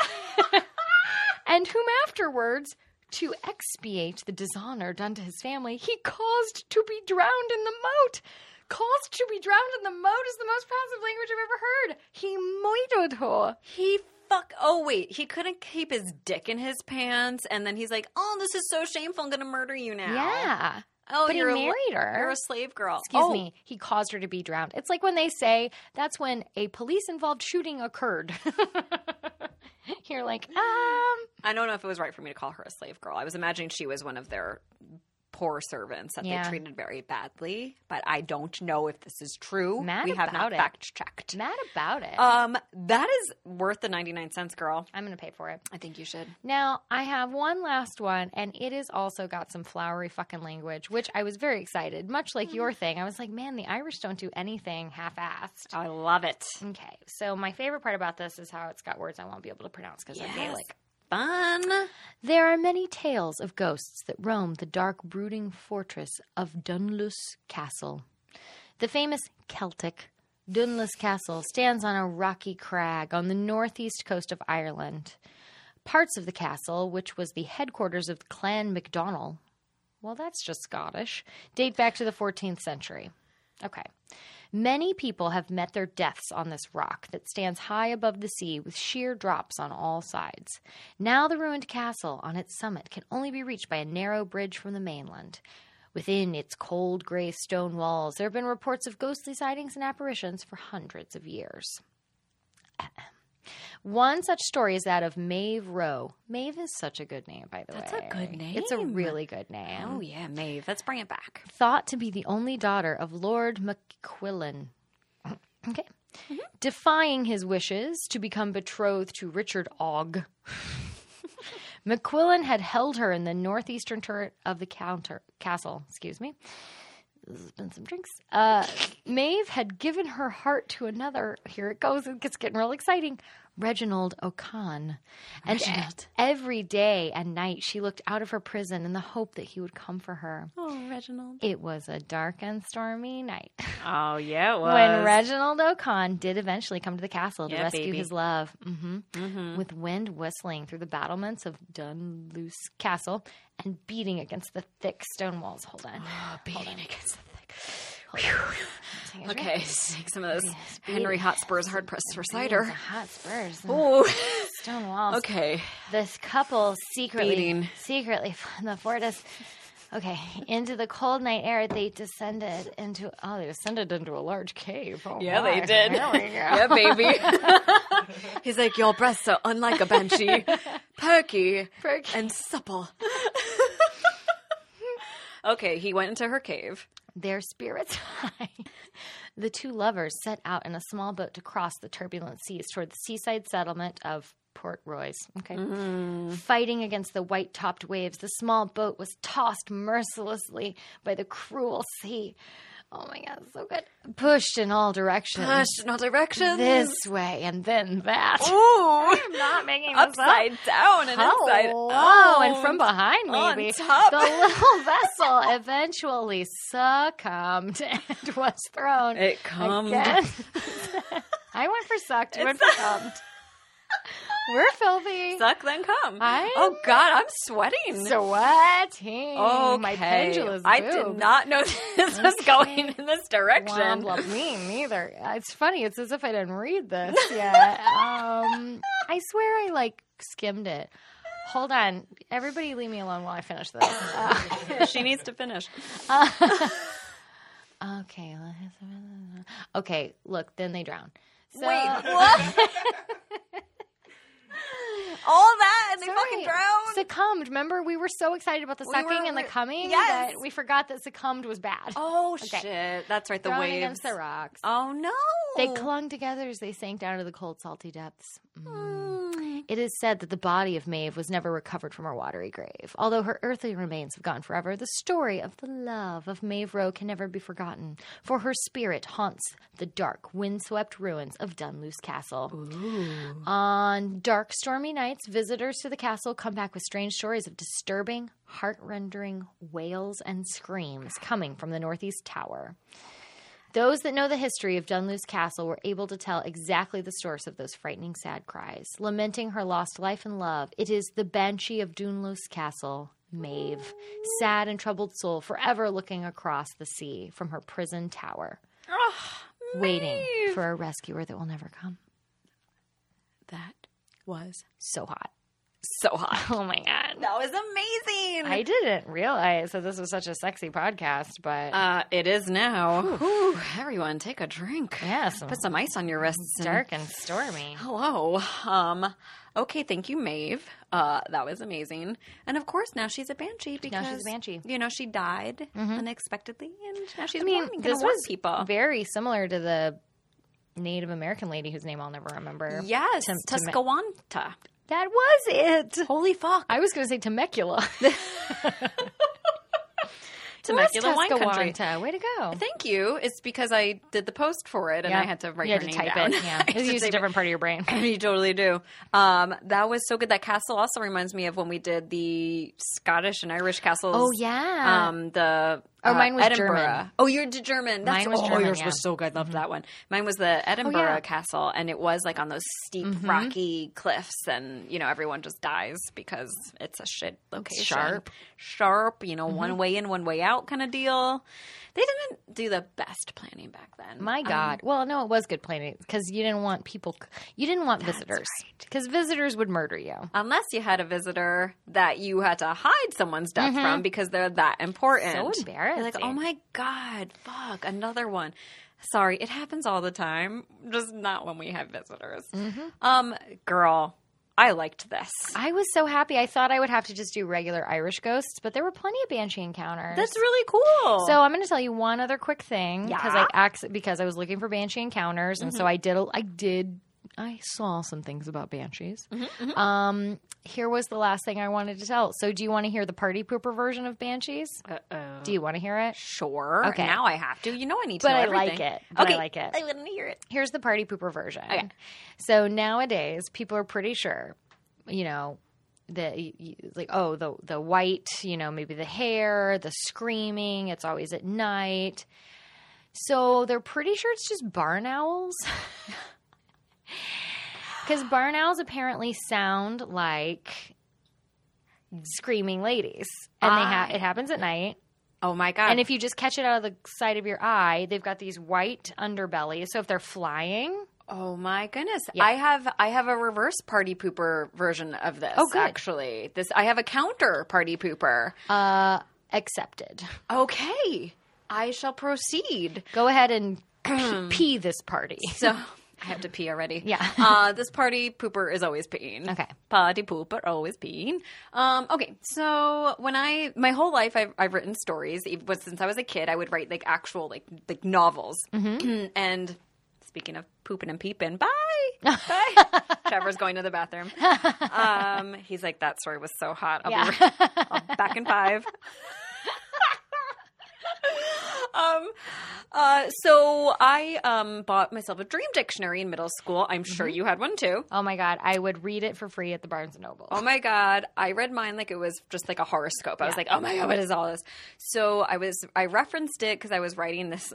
and whom afterwards. To expiate the dishonor done to his family, he caused to be drowned in the moat. Caused to be drowned in the moat is the most passive language I've ever heard. He moited her.
He fuck. Oh wait, he couldn't keep his dick in his pants, and then he's like, "Oh, this is so shameful. I'm gonna murder you now."
Yeah.
Oh,
but he
you're a,
married her.
You're a slave girl.
Excuse
Oh,
me. He caused her to be drowned. It's like when they say that's when a police involved shooting occurred. You're like, um,
I don't know if it was right for me to call her a slave girl. I was imagining she was one of their poor servants that
Yeah.
they treated very badly, but I don't know if this is true.
Mad
we have
about
not
it.
fact checked.
mad about it.
Um, that is worth the ninety nine cents, girl.
I'm going to pay for it.
I think you should.
Now, I have one last one, and it has also got some flowery fucking language, which I was very excited, much like your thing. I was like, man, the Irish don't do anything half assed.
I love it.
Okay, so my favorite part about this is how it's got words I won't be able to pronounce because
Yes.
they're Gaelic.
Fun.
There are many tales of ghosts that roam the dark, brooding fortress of Dunluce Castle. The famous Celtic Dunluce Castle stands on a rocky crag on the northeast coast of Ireland. Parts of the castle, which was the headquarters of Clan MacDonald, well, that's just Scottish, date back to the 14th century. Okay. Many people have met their deaths on this rock that stands high above the sea with sheer drops on all sides. Now the ruined castle on its summit can only be reached by a narrow bridge from the mainland. Within its cold gray stone walls, there have been reports of ghostly sightings and apparitions for hundreds of years. One such story is that of Maeve Rowe. Maeve is such a good name, by the
That's a
way.
good
It's a
name.
really good name.
Oh yeah, Maeve. Let's bring it back.
Thought to be the only daughter of Lord McQuillan. Okay. Defying his wishes to become betrothed to Richard Ogg. McQuillan had held her in the northeastern turret of the counter castle, excuse me. There's been some drinks. Uh, Maeve had given her heart to another. Here it goes. It gets getting real exciting. Reginald O'Con. And she-
Reginald.
every day and night she looked out of her prison in the hope that he would come for her.
Oh, Reginald.
It was a dark and stormy night
Oh yeah, it was.
when Reginald O'Con did eventually come to the castle to
Yeah,
rescue
baby.
his love. hmm
Mhm.
With wind whistling through the battlements of Dunluce Castle and beating against the thick stone walls. Hold on.
beating against the thick.
Take a drink.
Okay, take some of this
Yes,
Henry
baby.
Hotspur's hard pressed for
It's a
cider.
hot spurs. and
Oh,
Stone walls.
okay.
This couple secretly,
Beating.
secretly from the fortress. Okay, into the cold night air, they descended into. Oh, they descended into a large cave. Oh,
Yeah, they
my.
did.
There we go.
yeah, baby. He's like, your breasts are unlike a banshee, perky,
Perky.
and supple. okay, he went into her cave.
Their spirits high. the two lovers set out in a small boat to cross the turbulent seas toward the seaside settlement of Port Royce. Okay.
Mm-hmm.
Fighting against the white topped waves, the small boat was tossed mercilessly by the cruel sea. Oh my God, so good. Pushed in all directions.
Pushed in Oh, all Uh, directions.
This way and then that.
Ooh,
I'm not making this up.
upside down and inside.
Oh, and from
out.
behind,
on
maybe.
top.
The little vessel eventually succumbed and was thrown.
It comes.
again. I went for sucked. You went for thumbed. We're filthy.
Suck, then come.
I'm-
Oh, God, I'm sweating.
Sweating.
Oh,
My pendulous
I did
boobs.
not know this was going in this
Blah,
direction.
blah, me neither. It's funny. It's as if I didn't read this yet. um, I swear I like skimmed it. Hold on. Everybody leave me alone while I finish this. Uh,
she needs to finish.
Okay. let us- Okay. Look, then they drown. So,
Wait, what? All that and they fucking
Sorry.
drowned?
Succumbed. Remember, we were so excited about the
We
sucking
were-
and the
we-
coming
Yes.
that we forgot that succumbed was bad.
oh,
Okay.
shit. That's right, the
Thrown
waves.
against the rocks.
oh, no.
They clung together as they sank down to the cold, salty depths. Mm.
Mm.
It is said that the body of Maeve was never recovered from her watery grave. Although her earthly remains have gone forever, the story of the love of Maeve Rowe can never be forgotten, for her spirit haunts the dark, windswept ruins of Dunluce Castle. On dark, stormy nights, visitors to the castle come back with strange stories of disturbing, heart-rending wails and screams coming from the northeast tower. Those that know the history of Dunluce Castle were able to tell exactly the source of those frightening, sad cries. Lamenting her lost life and love, it is the Banshee of Dunluce Castle, Maeve, sad and troubled soul, forever looking across the sea from her prison tower, waiting for a rescuer that will never come.
That was
So hot.
so hot.
Oh my God.
That was amazing.
I didn't realize that this was such a sexy podcast, but
uh, it is now. Whew, everyone, take a drink.
yeah, some
Put some ice on your wrists. and-
dark and stormy.
Hello. Um, okay, thank you, Maeve. Uh, that was amazing. And of course, now she's a banshee because
she's a banshee. Mm-hmm.
You know, she died unexpectedly, and now she's
I mean,
mourning, gonna
this
warn
was
people.
very similar to the Native American lady whose name I'll never remember.
yes,
Tem- Tem-
Tuscawanta.
That was it.
Holy fuck,
I was going to say Temecula.
Temecula wine country.
Tuscawanta. Way to go.
Thank you. It's because I did the post for it, and
Yeah.
I had to write
you
her
had to
name
type
down.
it. Yeah,
I
it
had
was
to
used a
type it.
different part of your brain.
you totally do. Um, that was so good. That castle also reminds me of when we did the Scottish and Irish castles.
Oh yeah.
Um, the
Oh,
uh,
mine was
Edinburgh.
German.
Oh, you're d- German. That's,
Mine was
oh,
German,
yours
yeah. Mm-hmm. Oh,
was so good. Loved that one. Mine was the Edinburgh
yeah. Mm-hmm.
Castle, and it was like on those steep, rocky cliffs, and you know everyone just dies because it's a shit location.
sharp. Mm-hmm.
sharp. You know, one way in, one way out kind of deal. They didn't do the best planning back then. Um,
My God. well, no, it was good planning because you didn't want people. You didn't want visitors because visitors would murder you.
Unless you had a visitor that you had to hide someone's death from because they're that important.
Mm-hmm. So
You're like,
embarrassing.
oh my God, fuck, another one. Sorry, it happens all the time, just not when we have visitors.
Mhm.
Um, girl, I liked this.
I was so happy. I thought I would have to just do regular Irish ghosts, but there were plenty of banshee encounters.
That's really cool.
So I'm going to tell you one other quick thing because
Yeah. Mm-hmm.
I acc- because I was looking for banshee encounters, and so I did. a- I did. I saw some things about banshees.
Mm-hmm,
Um, here was the last thing I wanted to tell. So, do you want to hear the party pooper version of banshees?
Oh. Uh-oh.
Do you want to hear it?
Sure.
Okay.
Now I have to. You know I need to
But
know
I
everything.
like it. But I
okay.
like it.
I wouldn't hear it.
Here's the party pooper version.
Okay.
So nowadays, people are pretty sure, you know, that y- y- like oh the the white, you know, maybe the hair, the screaming. It's always at night. So they're pretty sure it's just barn owls. Because barn owls apparently sound like screaming ladies, and they ha-
I-
it happens at night.
Oh my god.
And if you just catch it out of the side of your eye, they've got these white underbellies. So if they're flying,
oh my goodness.
Yeah.
I have I have a reverse party pooper version of this
Oh, good.
actually. This I have a counter party pooper.
uh, accepted.
Okay. I shall proceed.
Go ahead and pee, pee this party.
So I have to pee already.
Yeah.
uh, this party pooper is always peeing.
Okay.
Party pooper always peeing. Um, okay. So when I my whole life I've, I've written stories. Even but since I was a kid, I would write like actual like like novels.
Mm-hmm.
and speaking of pooping and peeping, bye. Bye. Trevor's going to the bathroom. Um, he's like that story was so hot. I'll be
Yeah.
I'll- back in five. um, uh, so I um, bought myself a dream dictionary in middle school. I'm sure you had one too.
oh my god, I would read it for free at the Barnes and Noble.
Oh my god, I read mine like it was just like a horoscope. I was
Yeah.
like, "Oh my god, what is all this?" So I was I referenced it cuz I was writing this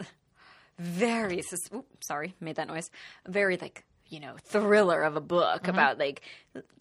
very sus- oop, sorry, made that noise. Very like you know, thriller of a book
Mm-hmm.
about like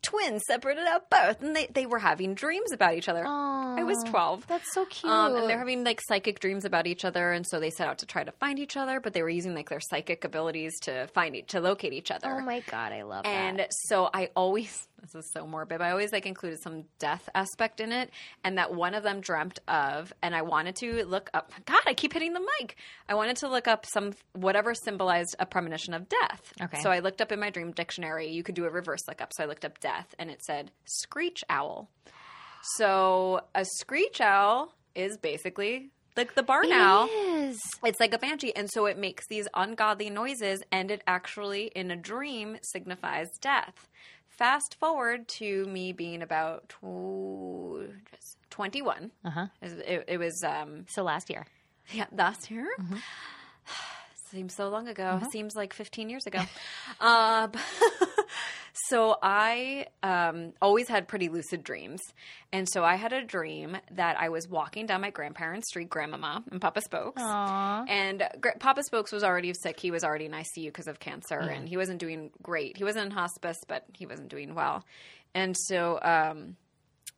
twins separated at birth, and they, they were having dreams about each other. I was
Aw,
twelve.
That's so cute.
Um, and they're having like psychic dreams about each other, and so they set out to try to find each other, but they were using like their psychic abilities to find e- to locate each other.
oh my god, I love
And
that.
so I always, this is so morbid, but I always like included some death aspect in it. And that one of them dreamt of, and I wanted to look up, God, I keep hitting the mic. I wanted to look up some, whatever symbolized a premonition of death.
Okay.
So I looked up in my dream dictionary, you could do a reverse lookup. So I looked up death, and it said screech owl. So a screech owl is basically like the barn owl.
It is.
It's like a banshee, and so it makes these ungodly noises, and it actually, in a dream, signifies death. Fast forward to me being about tw- just 21.
Uh-huh.
It, it- it was um,
So last year.
yeah, last year.
Mm-hmm.
Seems so long ago. Seems like 15 years ago. uh, b- so I um, always had pretty lucid dreams. And so I had a dream that I was walking down my grandparents' street, Grandmama and Papa Spokes.
Aw.
And Gr- Papa Spokes was already sick. He was already in ICU because of cancer, and he wasn't doing great. He wasn't in hospice, but he wasn't doing well. And so um,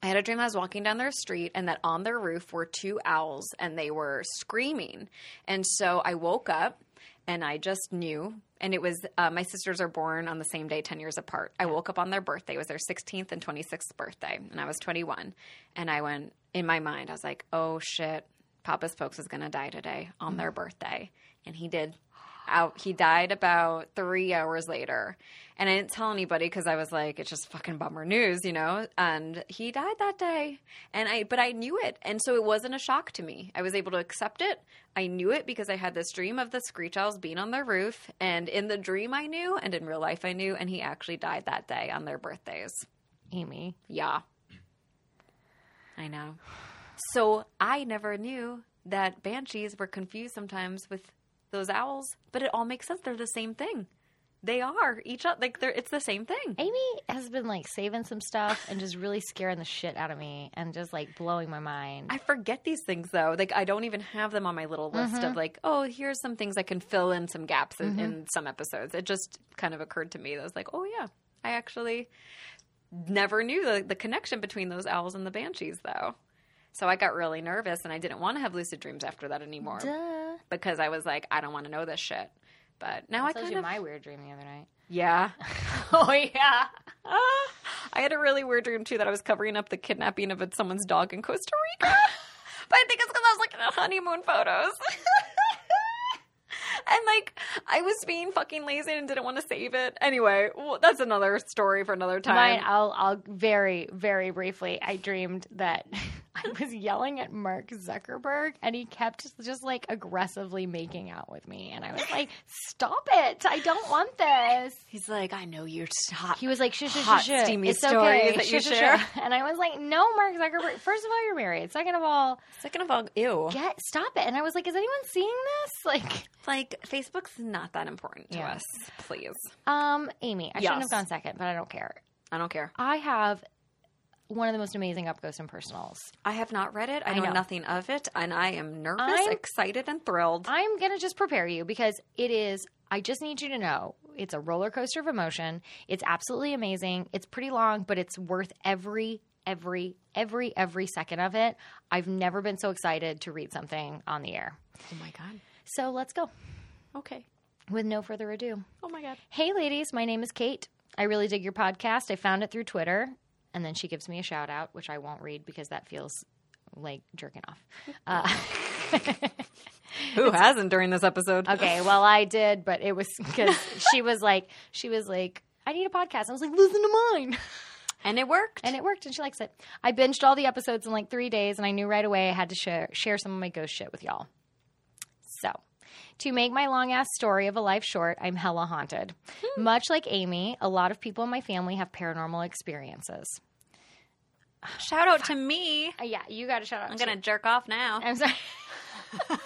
I had a dream I was walking down their street, and that on their roof were two owls, and they were screaming. And so I woke up, and I just knew. And it was uh, my sisters are born on the same day, ten years apart. I woke up on their birthday. It was their sixteenth and twenty sixth birthday, and I was twenty one. And I went in my mind. I was like, "Oh shit, Papa Spokes is going to die today on their birthday. And he did. Out, he died about three hours later. And I didn't tell anybody because I was like, it's just fucking bummer news, you know? And he died that day. And I, but I knew it. And so it wasn't a shock to me. I was able to accept it. I knew it because I had this dream of the screech owls being on their roof. And in the dream, I knew. And in real life, I knew. And he actually died that day on their birthdays.
Amy.
Yeah. I know. So I never knew that banshees were confused sometimes with those owls, but it all makes sense. They're the same thing. They are each other. Like they're, it's the same thing.
Amy has been like saving some stuff and just really scaring the shit out of me and just like blowing my mind.
I forget these things though. Like I don't even have them on my little list
Mm-hmm.
of like, oh, here's some things I can fill in some gaps in, in some episodes. It just kind of occurred to me that I was like, oh yeah, I actually never knew the, the connection between those owls and the banshees though. So I got really nervous and I didn't want to have lucid dreams after that anymore
Duh.
because I was like, I don't want to know this shit. But now I,
I told
kind
you
of
my weird dream the other night.
yeah. oh yeah. Ah, I had a really weird dream too that I was covering up the kidnapping of someone's dog in Costa Rica. but I think it's because I was looking at honeymoon photos. and And like, I was being fucking lazy and didn't want to save it. Anyway, well, that's another story for another time.
Mine, I'll, I'll very, very briefly. I dreamed that I was yelling at Mark Zuckerberg, and he kept just like aggressively making out with me, and I was like, "Stop it! I don't want this."
He's like, I know you're hot.
He was like, "Shh, shh,
Hot,
shh, shh.
steamy
it's
stories
okay.
that you
Shh, shh, shh."
share.
And I was like, "No, Mark Zuckerberg. First of all, you're married. Second of all,
Second of all, ew.
get stop it." And I was like, "Is anyone seeing this?" Like,
Like, Facebook's not that important to
Yeah.
us. Please.
um, Amy, I shouldn't have
Yes.
gone second, but I don't care.
I don't care.
I have one of the most amazing up close and personals.
I have not read it. I,
I
know,
know.
nothing of it. And I am nervous,
I'm-
excited, and thrilled.
I'm going to just prepare you because it is, I just need you to know it's a roller coaster of emotion. It's absolutely amazing. It's pretty long, but it's worth every, every, every, every second of it. I've never been so excited to read something on the air.
oh my God.
So let's go.
Okay.
With no further ado.
Oh my God.
Hey, ladies, my name is Kate. I really dig your podcast. I found it through Twitter. And then she gives me a shout out, which I won't read because that feels like jerking off. Uh,
Who hasn't during this episode?
Okay, well, I did, but it was because she was like, she was like, I need a podcast. I was like, listen to mine.
And it worked.
And it worked, and she likes it. I binged all the episodes in like three days, and I knew right away I had to share, share some of my ghost shit with y'all. So, to make my long ass story of a life short, I'm hella haunted. Much like Amy, a lot of people in my family have paranormal experiences.
Shout out to me.
Uh, yeah, you got to shout out.
I'm
to-
going to jerk off now.
I'm sorry.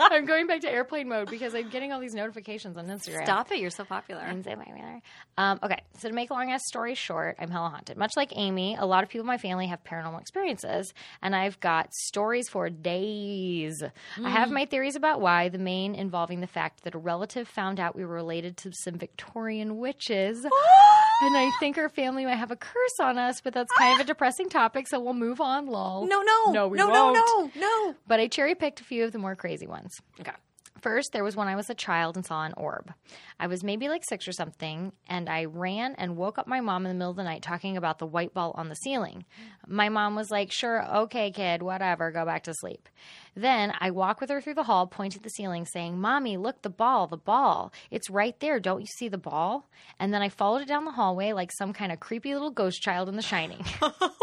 I'm going back to airplane mode because I'm getting all these notifications on Instagram.
Stop it. You're so popular.
And say my mother. Um, okay, so to make a long ass story short, I'm hella haunted. Much like Amy, a lot of people in my family have paranormal experiences, and I've got stories for days. I have my theories about why, the main involving the fact that a relative found out we were related to some Victorian witches. And I think our family might have a curse on us, but that's kind of a depressing topic, so we'll move on, lol.
No, no.
No, we
no, no,
won't.
no, no. Oh
But I cherry picked a few of the more crazy ones.
Okay.
First, there was when I was a child and saw an orb. I was maybe like six or something, and I ran and woke up my mom in the middle of the night talking about the white ball on the ceiling. My mom was like, Sure, okay, kid, whatever, go back to sleep. Then I walked with her through the hall, pointed at the ceiling, saying, Mommy, look, the ball, the ball. It's right there. Don't you see the ball? And then I followed it down the hallway like some kind of creepy little ghost child in The Shining.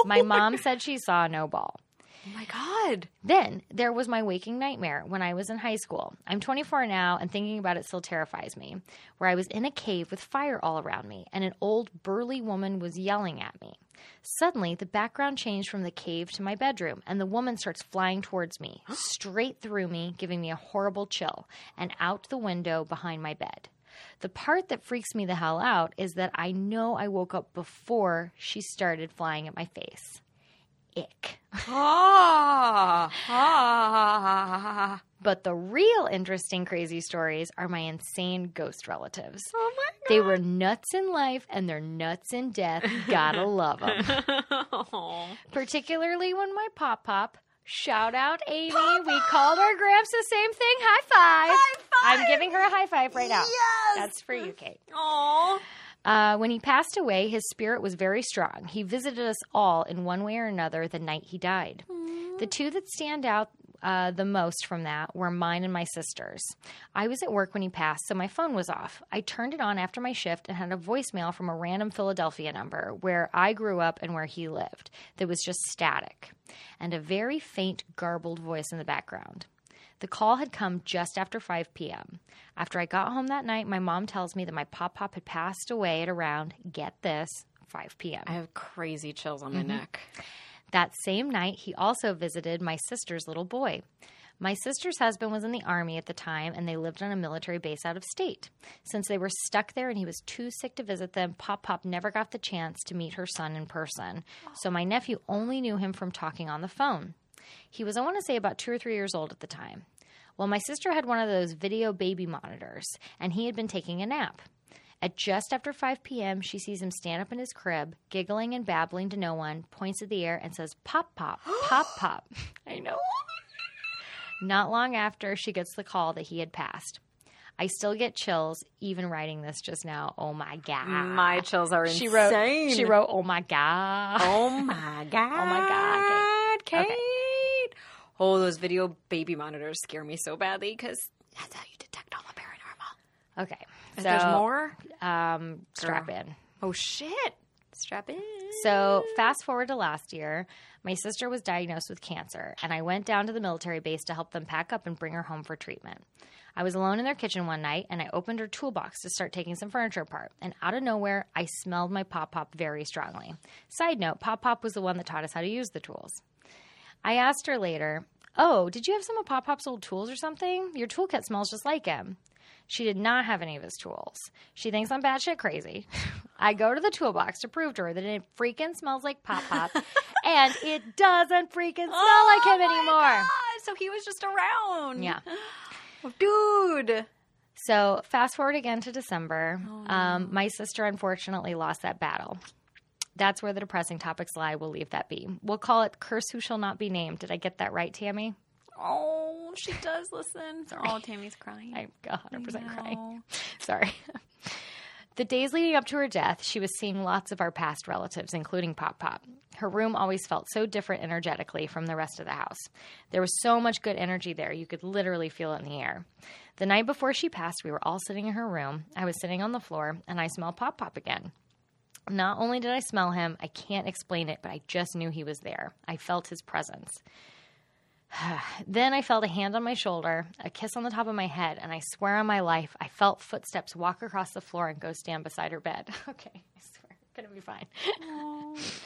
my mom said she saw no ball.
Oh my God.
Then there was my waking nightmare when I was in high school. I'm 24 now, and thinking about it still terrifies me. Where I was in a cave with fire all around me, and an old burly woman was yelling at me. Suddenly, the background changed from the cave to my bedroom, and the woman starts flying towards me, straight through me, giving me a horrible chill, and out the window behind my bed. The part that freaks me the hell out is that I know I woke up before she started flying at my face. Ick.
Ah, ah, ah, ah, ah.
But the real interesting crazy stories are my insane ghost relatives.
Oh my God.
They were nuts in life and they're nuts in death. Gotta love them.
Aw.
Particularly when my pop pop, shout out Amy, we called our gramps the same thing. High five.
High five.
I'm giving her a high five right now.
Yes.
That's for you, Kate.
Aw.
Uh, when he passed away, his spirit was very strong. He visited us all in one way or another the night he died. The two that stand out uh, the most from that were mine and my sister's. I was at work when he passed, so my phone was off. I turned it on after my shift and had a voicemail from a random Philadelphia number where I grew up and where he lived that was just static and a very faint, garbled voice in the background. The call had come just after 5 p.m. After I got home that night, my mom tells me that my pop pop had passed away at around, get this, 5 p.m.
I have crazy chills on my
Mm-hmm.
neck.
That same night, he also visited my sister's little boy. My sister's husband was in the army at the time, and they lived on a military base out of state. Since they were stuck there and he was too sick to visit them, Pop Pop never got the chance to meet her son in person. So my nephew only knew him from talking on the phone. He was, I want to say, about two or three years old at the time. Well, my sister had one of those video baby monitors, and he had been taking a nap. At just after 5 p.m., she sees him stand up in his crib, giggling and babbling to no one, points at the air, and says, Pop, pop, pop, pop. I know. Not long after, she gets the call that he had passed. I still get chills even writing this just now. Oh my God.
My chills are insane.
she wrote, she wrote, Oh my God.
Oh my god. Oh
my God,
Kate.
Okay.
Oh, those video baby monitors scare me so badly because that's how you detect all of
Okay.
Oh. If
so,
there's more,
Um, strap
Girl.
in.
oh shit, strap in.
So, fast forward to last year, my sister was diagnosed with cancer, and I went down to the military base to help them pack up and bring her home for treatment. I was alone in their kitchen one night, and I opened her toolbox to start taking some furniture apart. And out of nowhere, I smelled my Pop Pop very strongly. Side note Pop Pop was the one that taught us how to use the tools. I asked her later, Oh, did you have some of Pop Pop's old tools or something? Your toolkit smells just like him. She did not have any of his tools. She thinks I'm batshit crazy. I go to the toolbox to prove to her that it freaking smells like Pop Pop, and it doesn't freaking smell
Oh
like him
my
anymore.
God, so he was just around.
Yeah.
dude.
So fast forward again to December.
Oh,
um, my sister unfortunately lost that battle. That's where the depressing topics lie. We'll leave that be. We'll call it "Curse Who Shall Not Be Named." Did I get that right, Tammy?
Oh, she does listen. Oh, Tammy's crying.
I'm 100 percent crying.
No.
Sorry. The days leading up to her death, she was seeing lots of our past relatives, including Pop Pop. Her room always felt so different energetically from the rest of the house. There was so much good energy there, you could literally feel it in the air. The night before she passed, we were all sitting in her room. I was sitting on the floor, and I smelled Pop Pop again. Not only did I smell him, I can't explain it, but I just knew he was there. I felt his presence. Then I felt a hand on my shoulder, a kiss on the top of my head, and I swear on my life, I felt footsteps walk across the floor and go stand beside her bed. Okay, I swear, gonna be fine.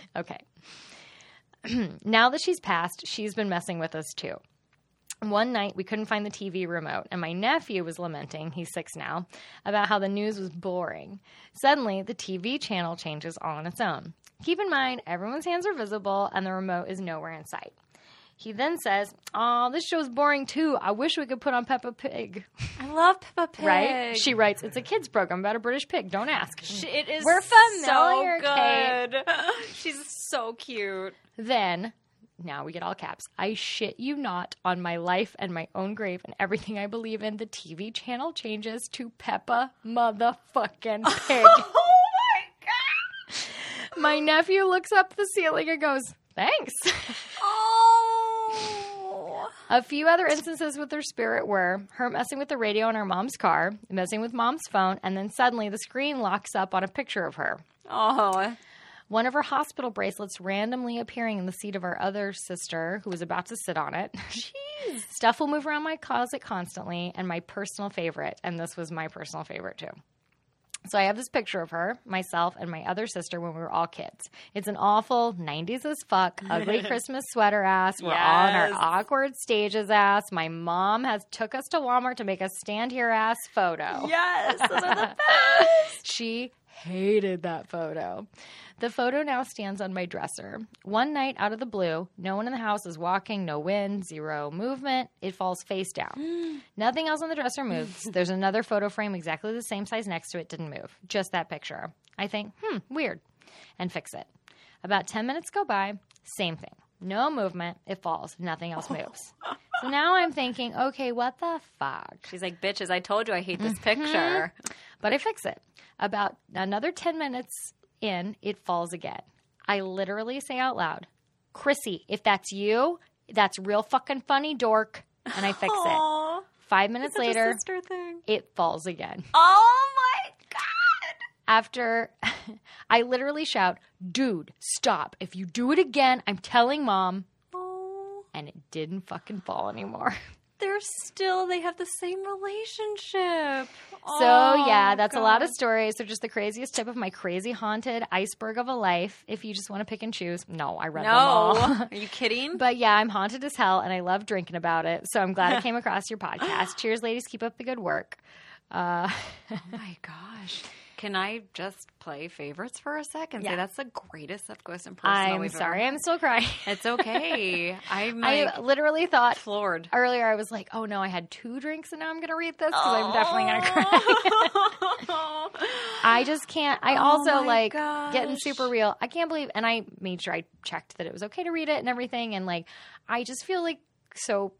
okay. now that she's passed, she's been messing with us too. One night, we couldn't find the TV remote, and my nephew was lamenting, he's six now, about how the news was boring. Suddenly, the TV channel changes all on its own. Keep in mind, everyone's hands are visible, and the remote is nowhere in sight. He then says, Oh, this show's boring too. I wish we could put on Peppa Pig.
I love Peppa Pig.
Right? She writes, It's a kids' program about a British pig. Don't ask.
She- it is
We're familiar,
so
Kate.
good. She's so cute.
Then, now we get all caps. I shit you not on my life and my own grave and everything I believe in. The TV channel changes to Peppa motherfucking Pig.
Oh my god.
my nephew looks up the ceiling and goes, Thanks.
Oh.
A few other instances with her spirit were her messing with the radio in her mom's car, messing with mom's phone, and then suddenly the screen locks up on a picture of her.
Oh.
One of her hospital bracelets randomly appearing in the seat of our other sister who was about to sit on it.
Jeez.
Stuff will move around my closet constantly, and my personal favorite, and this was my personal favorite too. So I have this picture of her, myself, and my other sister when we were all kids. It's an awful 90s as fuck, ugly Christmas sweater ass. We're all in our
Yes.
awkward stages ass. My mom has took us to Walmart to make us stand here ass photo.
Yes. those are the
She hated that photo. The photo now stands on my dresser. One night out of the blue, no one in the house is walking, no wind, zero movement. It falls face down. Nothing else on the dresser moves. There's another photo frame exactly the same size next to it, didn't move. Just that picture. I think, hmm, weird, and fix it. About 10 minutes go by, same thing. No movement, it falls, nothing else moves. So now I'm thinking, okay, what the fuck?
She's like, bitches, I told you I hate this picture.
But I fix it. About another 10 minutes in, it falls again. I literally say out loud, Chrissy, if that's you, that's real fucking funny, dork. And I fix it.
Aw,
Five minutes
such a
later,
sister thing.
it falls again.
Oh my god.
After I literally shout, dude, stop. If you do it again, I'm telling mom.
Oh,
And it didn't fucking fall anymore.
they're still they have the same relationship. Oh,
So yeah, that's a lot of stories. So just the craziest tip of my crazy haunted iceberg of a life. If you just want to pick and choose, no, I read them all.
No. Are you kidding?
But yeah, I'm haunted as hell, and I love drinking about it. So I'm glad I came across your podcast. Cheers, ladies! Keep up the good work. Uh,
Oh my gosh. Can I just play favorites for a second?
Yeah.
Say that's the greatest up close and personal.
I'm
we've
sorry,
Ever.
I'm still crying.
It's okay. I'm like
I literally thought
floored.
earlier I was like, "Oh no, I had two drinks, and now I'm gonna read this because I'm definitely gonna cry."
cry.
I just can't. I
Oh my
also like getting
gosh.
super real. I can't believe, and I made sure I checked that it was okay to read it and everything. And like, I just feel like so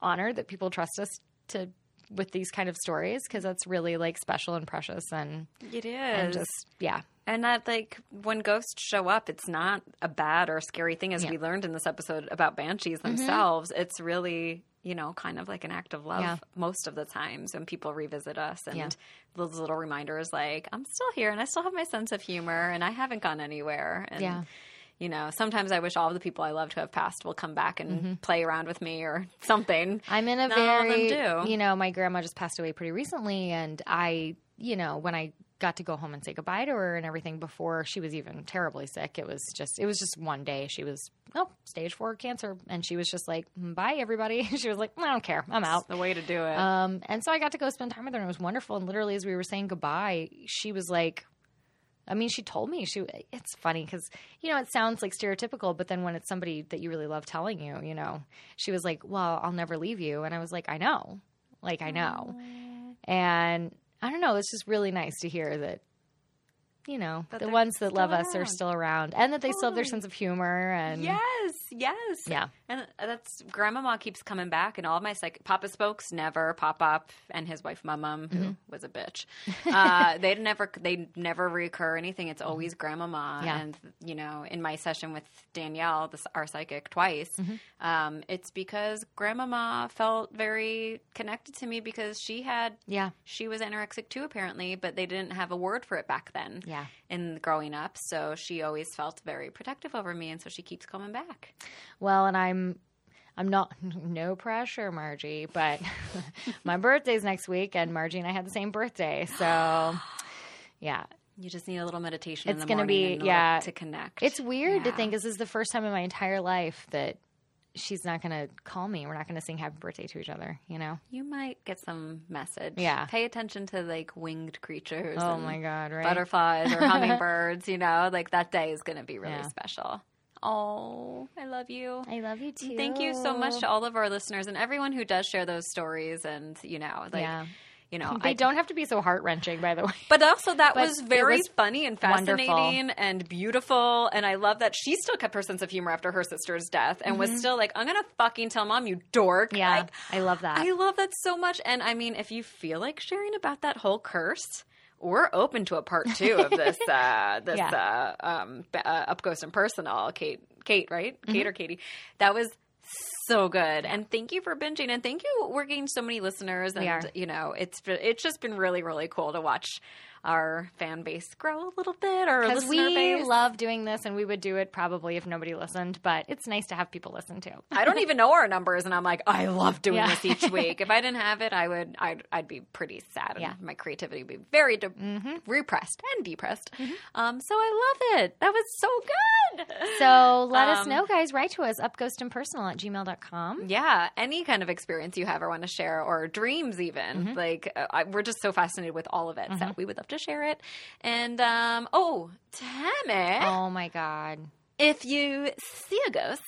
honored that people trust us to with these kind of stories because that's really like special and precious and
it is.
and just yeah
And that, like, when ghosts show up, it's not a bad or scary thing, as
Yeah. Mm-hmm.
we learned in this episode about banshees themselves. It's really you know, kind of like an act of love
Yeah.
most of the times when people revisit us and
Yeah.
those little reminders like, I'm still here and I still have my sense of humor and I haven't gone anywhere. And,
Yeah.
you know, sometimes I wish all the people I loved who have passed will come back and
Mm-hmm.
play around with me or something.
I'm in a
Not all of them
very,
do.
you know, my grandma just passed away pretty recently, and I, you know, when I got to go home and say goodbye to her and everything before she was even terribly sick, it was just, it was just one day. She was, oh, stage four cancer, and she was just like, "Mm, bye, everybody. she was like, I don't care, I'm out.
It's the way to do it.
Um, and so I got to go spend time with her, and it was wonderful. And literally, as we were saying goodbye, she was like, I mean, she told me she. It's funny because you know it sounds like stereotypical, but then when it's somebody that you really love telling you, you know, she was like, "Well, I'll never leave you," and I was like, "I know, like I know," and I don't know. It's just really nice to hear that. You know,
That
the
they're
ones that love
still
us are
around.
still around, and that they still have their
Totally.
sense of humor, and
Yes, yes.
yeah,
And that's grandmama keeps coming back, and all my psych Papa Spokes never pop up, and his wife Mumum, who was a bitch, uh, they never they never reoccur anything. It's always grandmama,
Yeah.
and you know, in my session with Danielle, this, our psychic twice, um, it's because grandmama felt very connected to me because she had
yeah,
she was anorexic too apparently, but they didn't have a word for it back then.
yeah.
In growing up, so she always felt very protective over me, and so she keeps coming back.
Well, and I'm I'm not no pressure, Margie, but my birthday's next week and Margie and I had the same birthday. So yeah.
You just need a little meditation.
It's
in the
gonna
morning
be-
and a
yeah.
little to connect.
It's weird to
Yeah.
think this is the first time in my entire life that she's not gonna call me. We're not gonna sing happy birthday to each other, you know?
you might get some message.
Yeah.
pay attention to like winged creatures.
Oh
and
my god, right?
butterflies or hummingbirds. You know, like that day is going to be really
Yeah.
special. Oh, I love you.
I love you too.
Thank you so much to all of our listeners and everyone who does share those stories. And you know, like
Yeah.
you know,
They
I
don't have to be so heart wrenching, by the way.
But also, that
But
was
it
very
was
funny and
wonderful.
fascinating and beautiful. And I love that she still kept her sense of humor after her sister's death and was still like, I'm going to fucking tell mom, you dork.
Mm-hmm. Yeah.
Like,
I love that.
I love that so much. And I mean, if you feel like sharing about that whole curse, we're open to a part two of this, uh, this
Yeah.
uh, um, ba- uh, Up Close and Personal. Kate, Kate, right?
Mm-hmm.
Kate or Katie. That was so good. And thank you for binging. And thank you. We're getting so many listeners. And,
We are.
you know, it's been- it's just been really, really cool to watch our fan base grow a little bit or
because
listener
we
base.
love doing this, and we would do it probably if nobody listened. But it's nice to have people listen too.
I don't even know our numbers, and I'm like, I love doing
Yeah.
this each week. If I didn't have it, I would, I'd, I'd be pretty sad, and
Yeah. Mm-hmm.
my creativity would be very de- repressed and depressed. Um, so I love it. That was so good.
So let us
Um,
know, guys. Write to us, upghostandpersonal at gmail.com.
Yeah, any kind of experience you have or want to share, or dreams
Mm-hmm.
even. Like uh, I, we're just so fascinated with all of it, so we would love to share it. And um, oh, Tammy,
Oh my God.
if you see a ghost,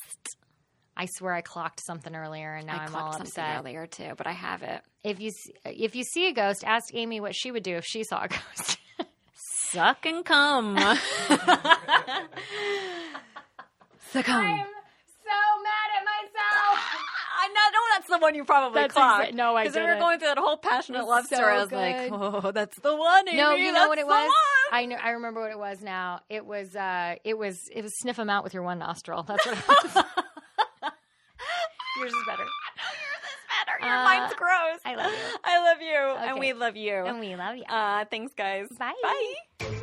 I swear I clocked something earlier and now
I
am
clocked
all
something
upset.
earlier too, but I have it.
If you see, if you see a ghost, ask Amy what she would do if she saw a ghost.
Suck and come. Succumb.
so mad at myself.
I know, know that's the one you probably
That's
clocked.
exa- no, I
Because we were
didn't.
going through that whole passionate
was
love
so
story. I was
good.
like, oh, that's the one. Amy.
No, you know
that's
what it
the
was?
one."
I know I remember what it was now. It was uh it was it was sniff them out with your one nostril. That's what
Oh,
it was. Yours is better.
Better, Your
Uh,
mind's gross.
I love you.
I love you. And
Okay.
we love you.
And we love you.
uh, thanks, guys.
Bye.
Bye.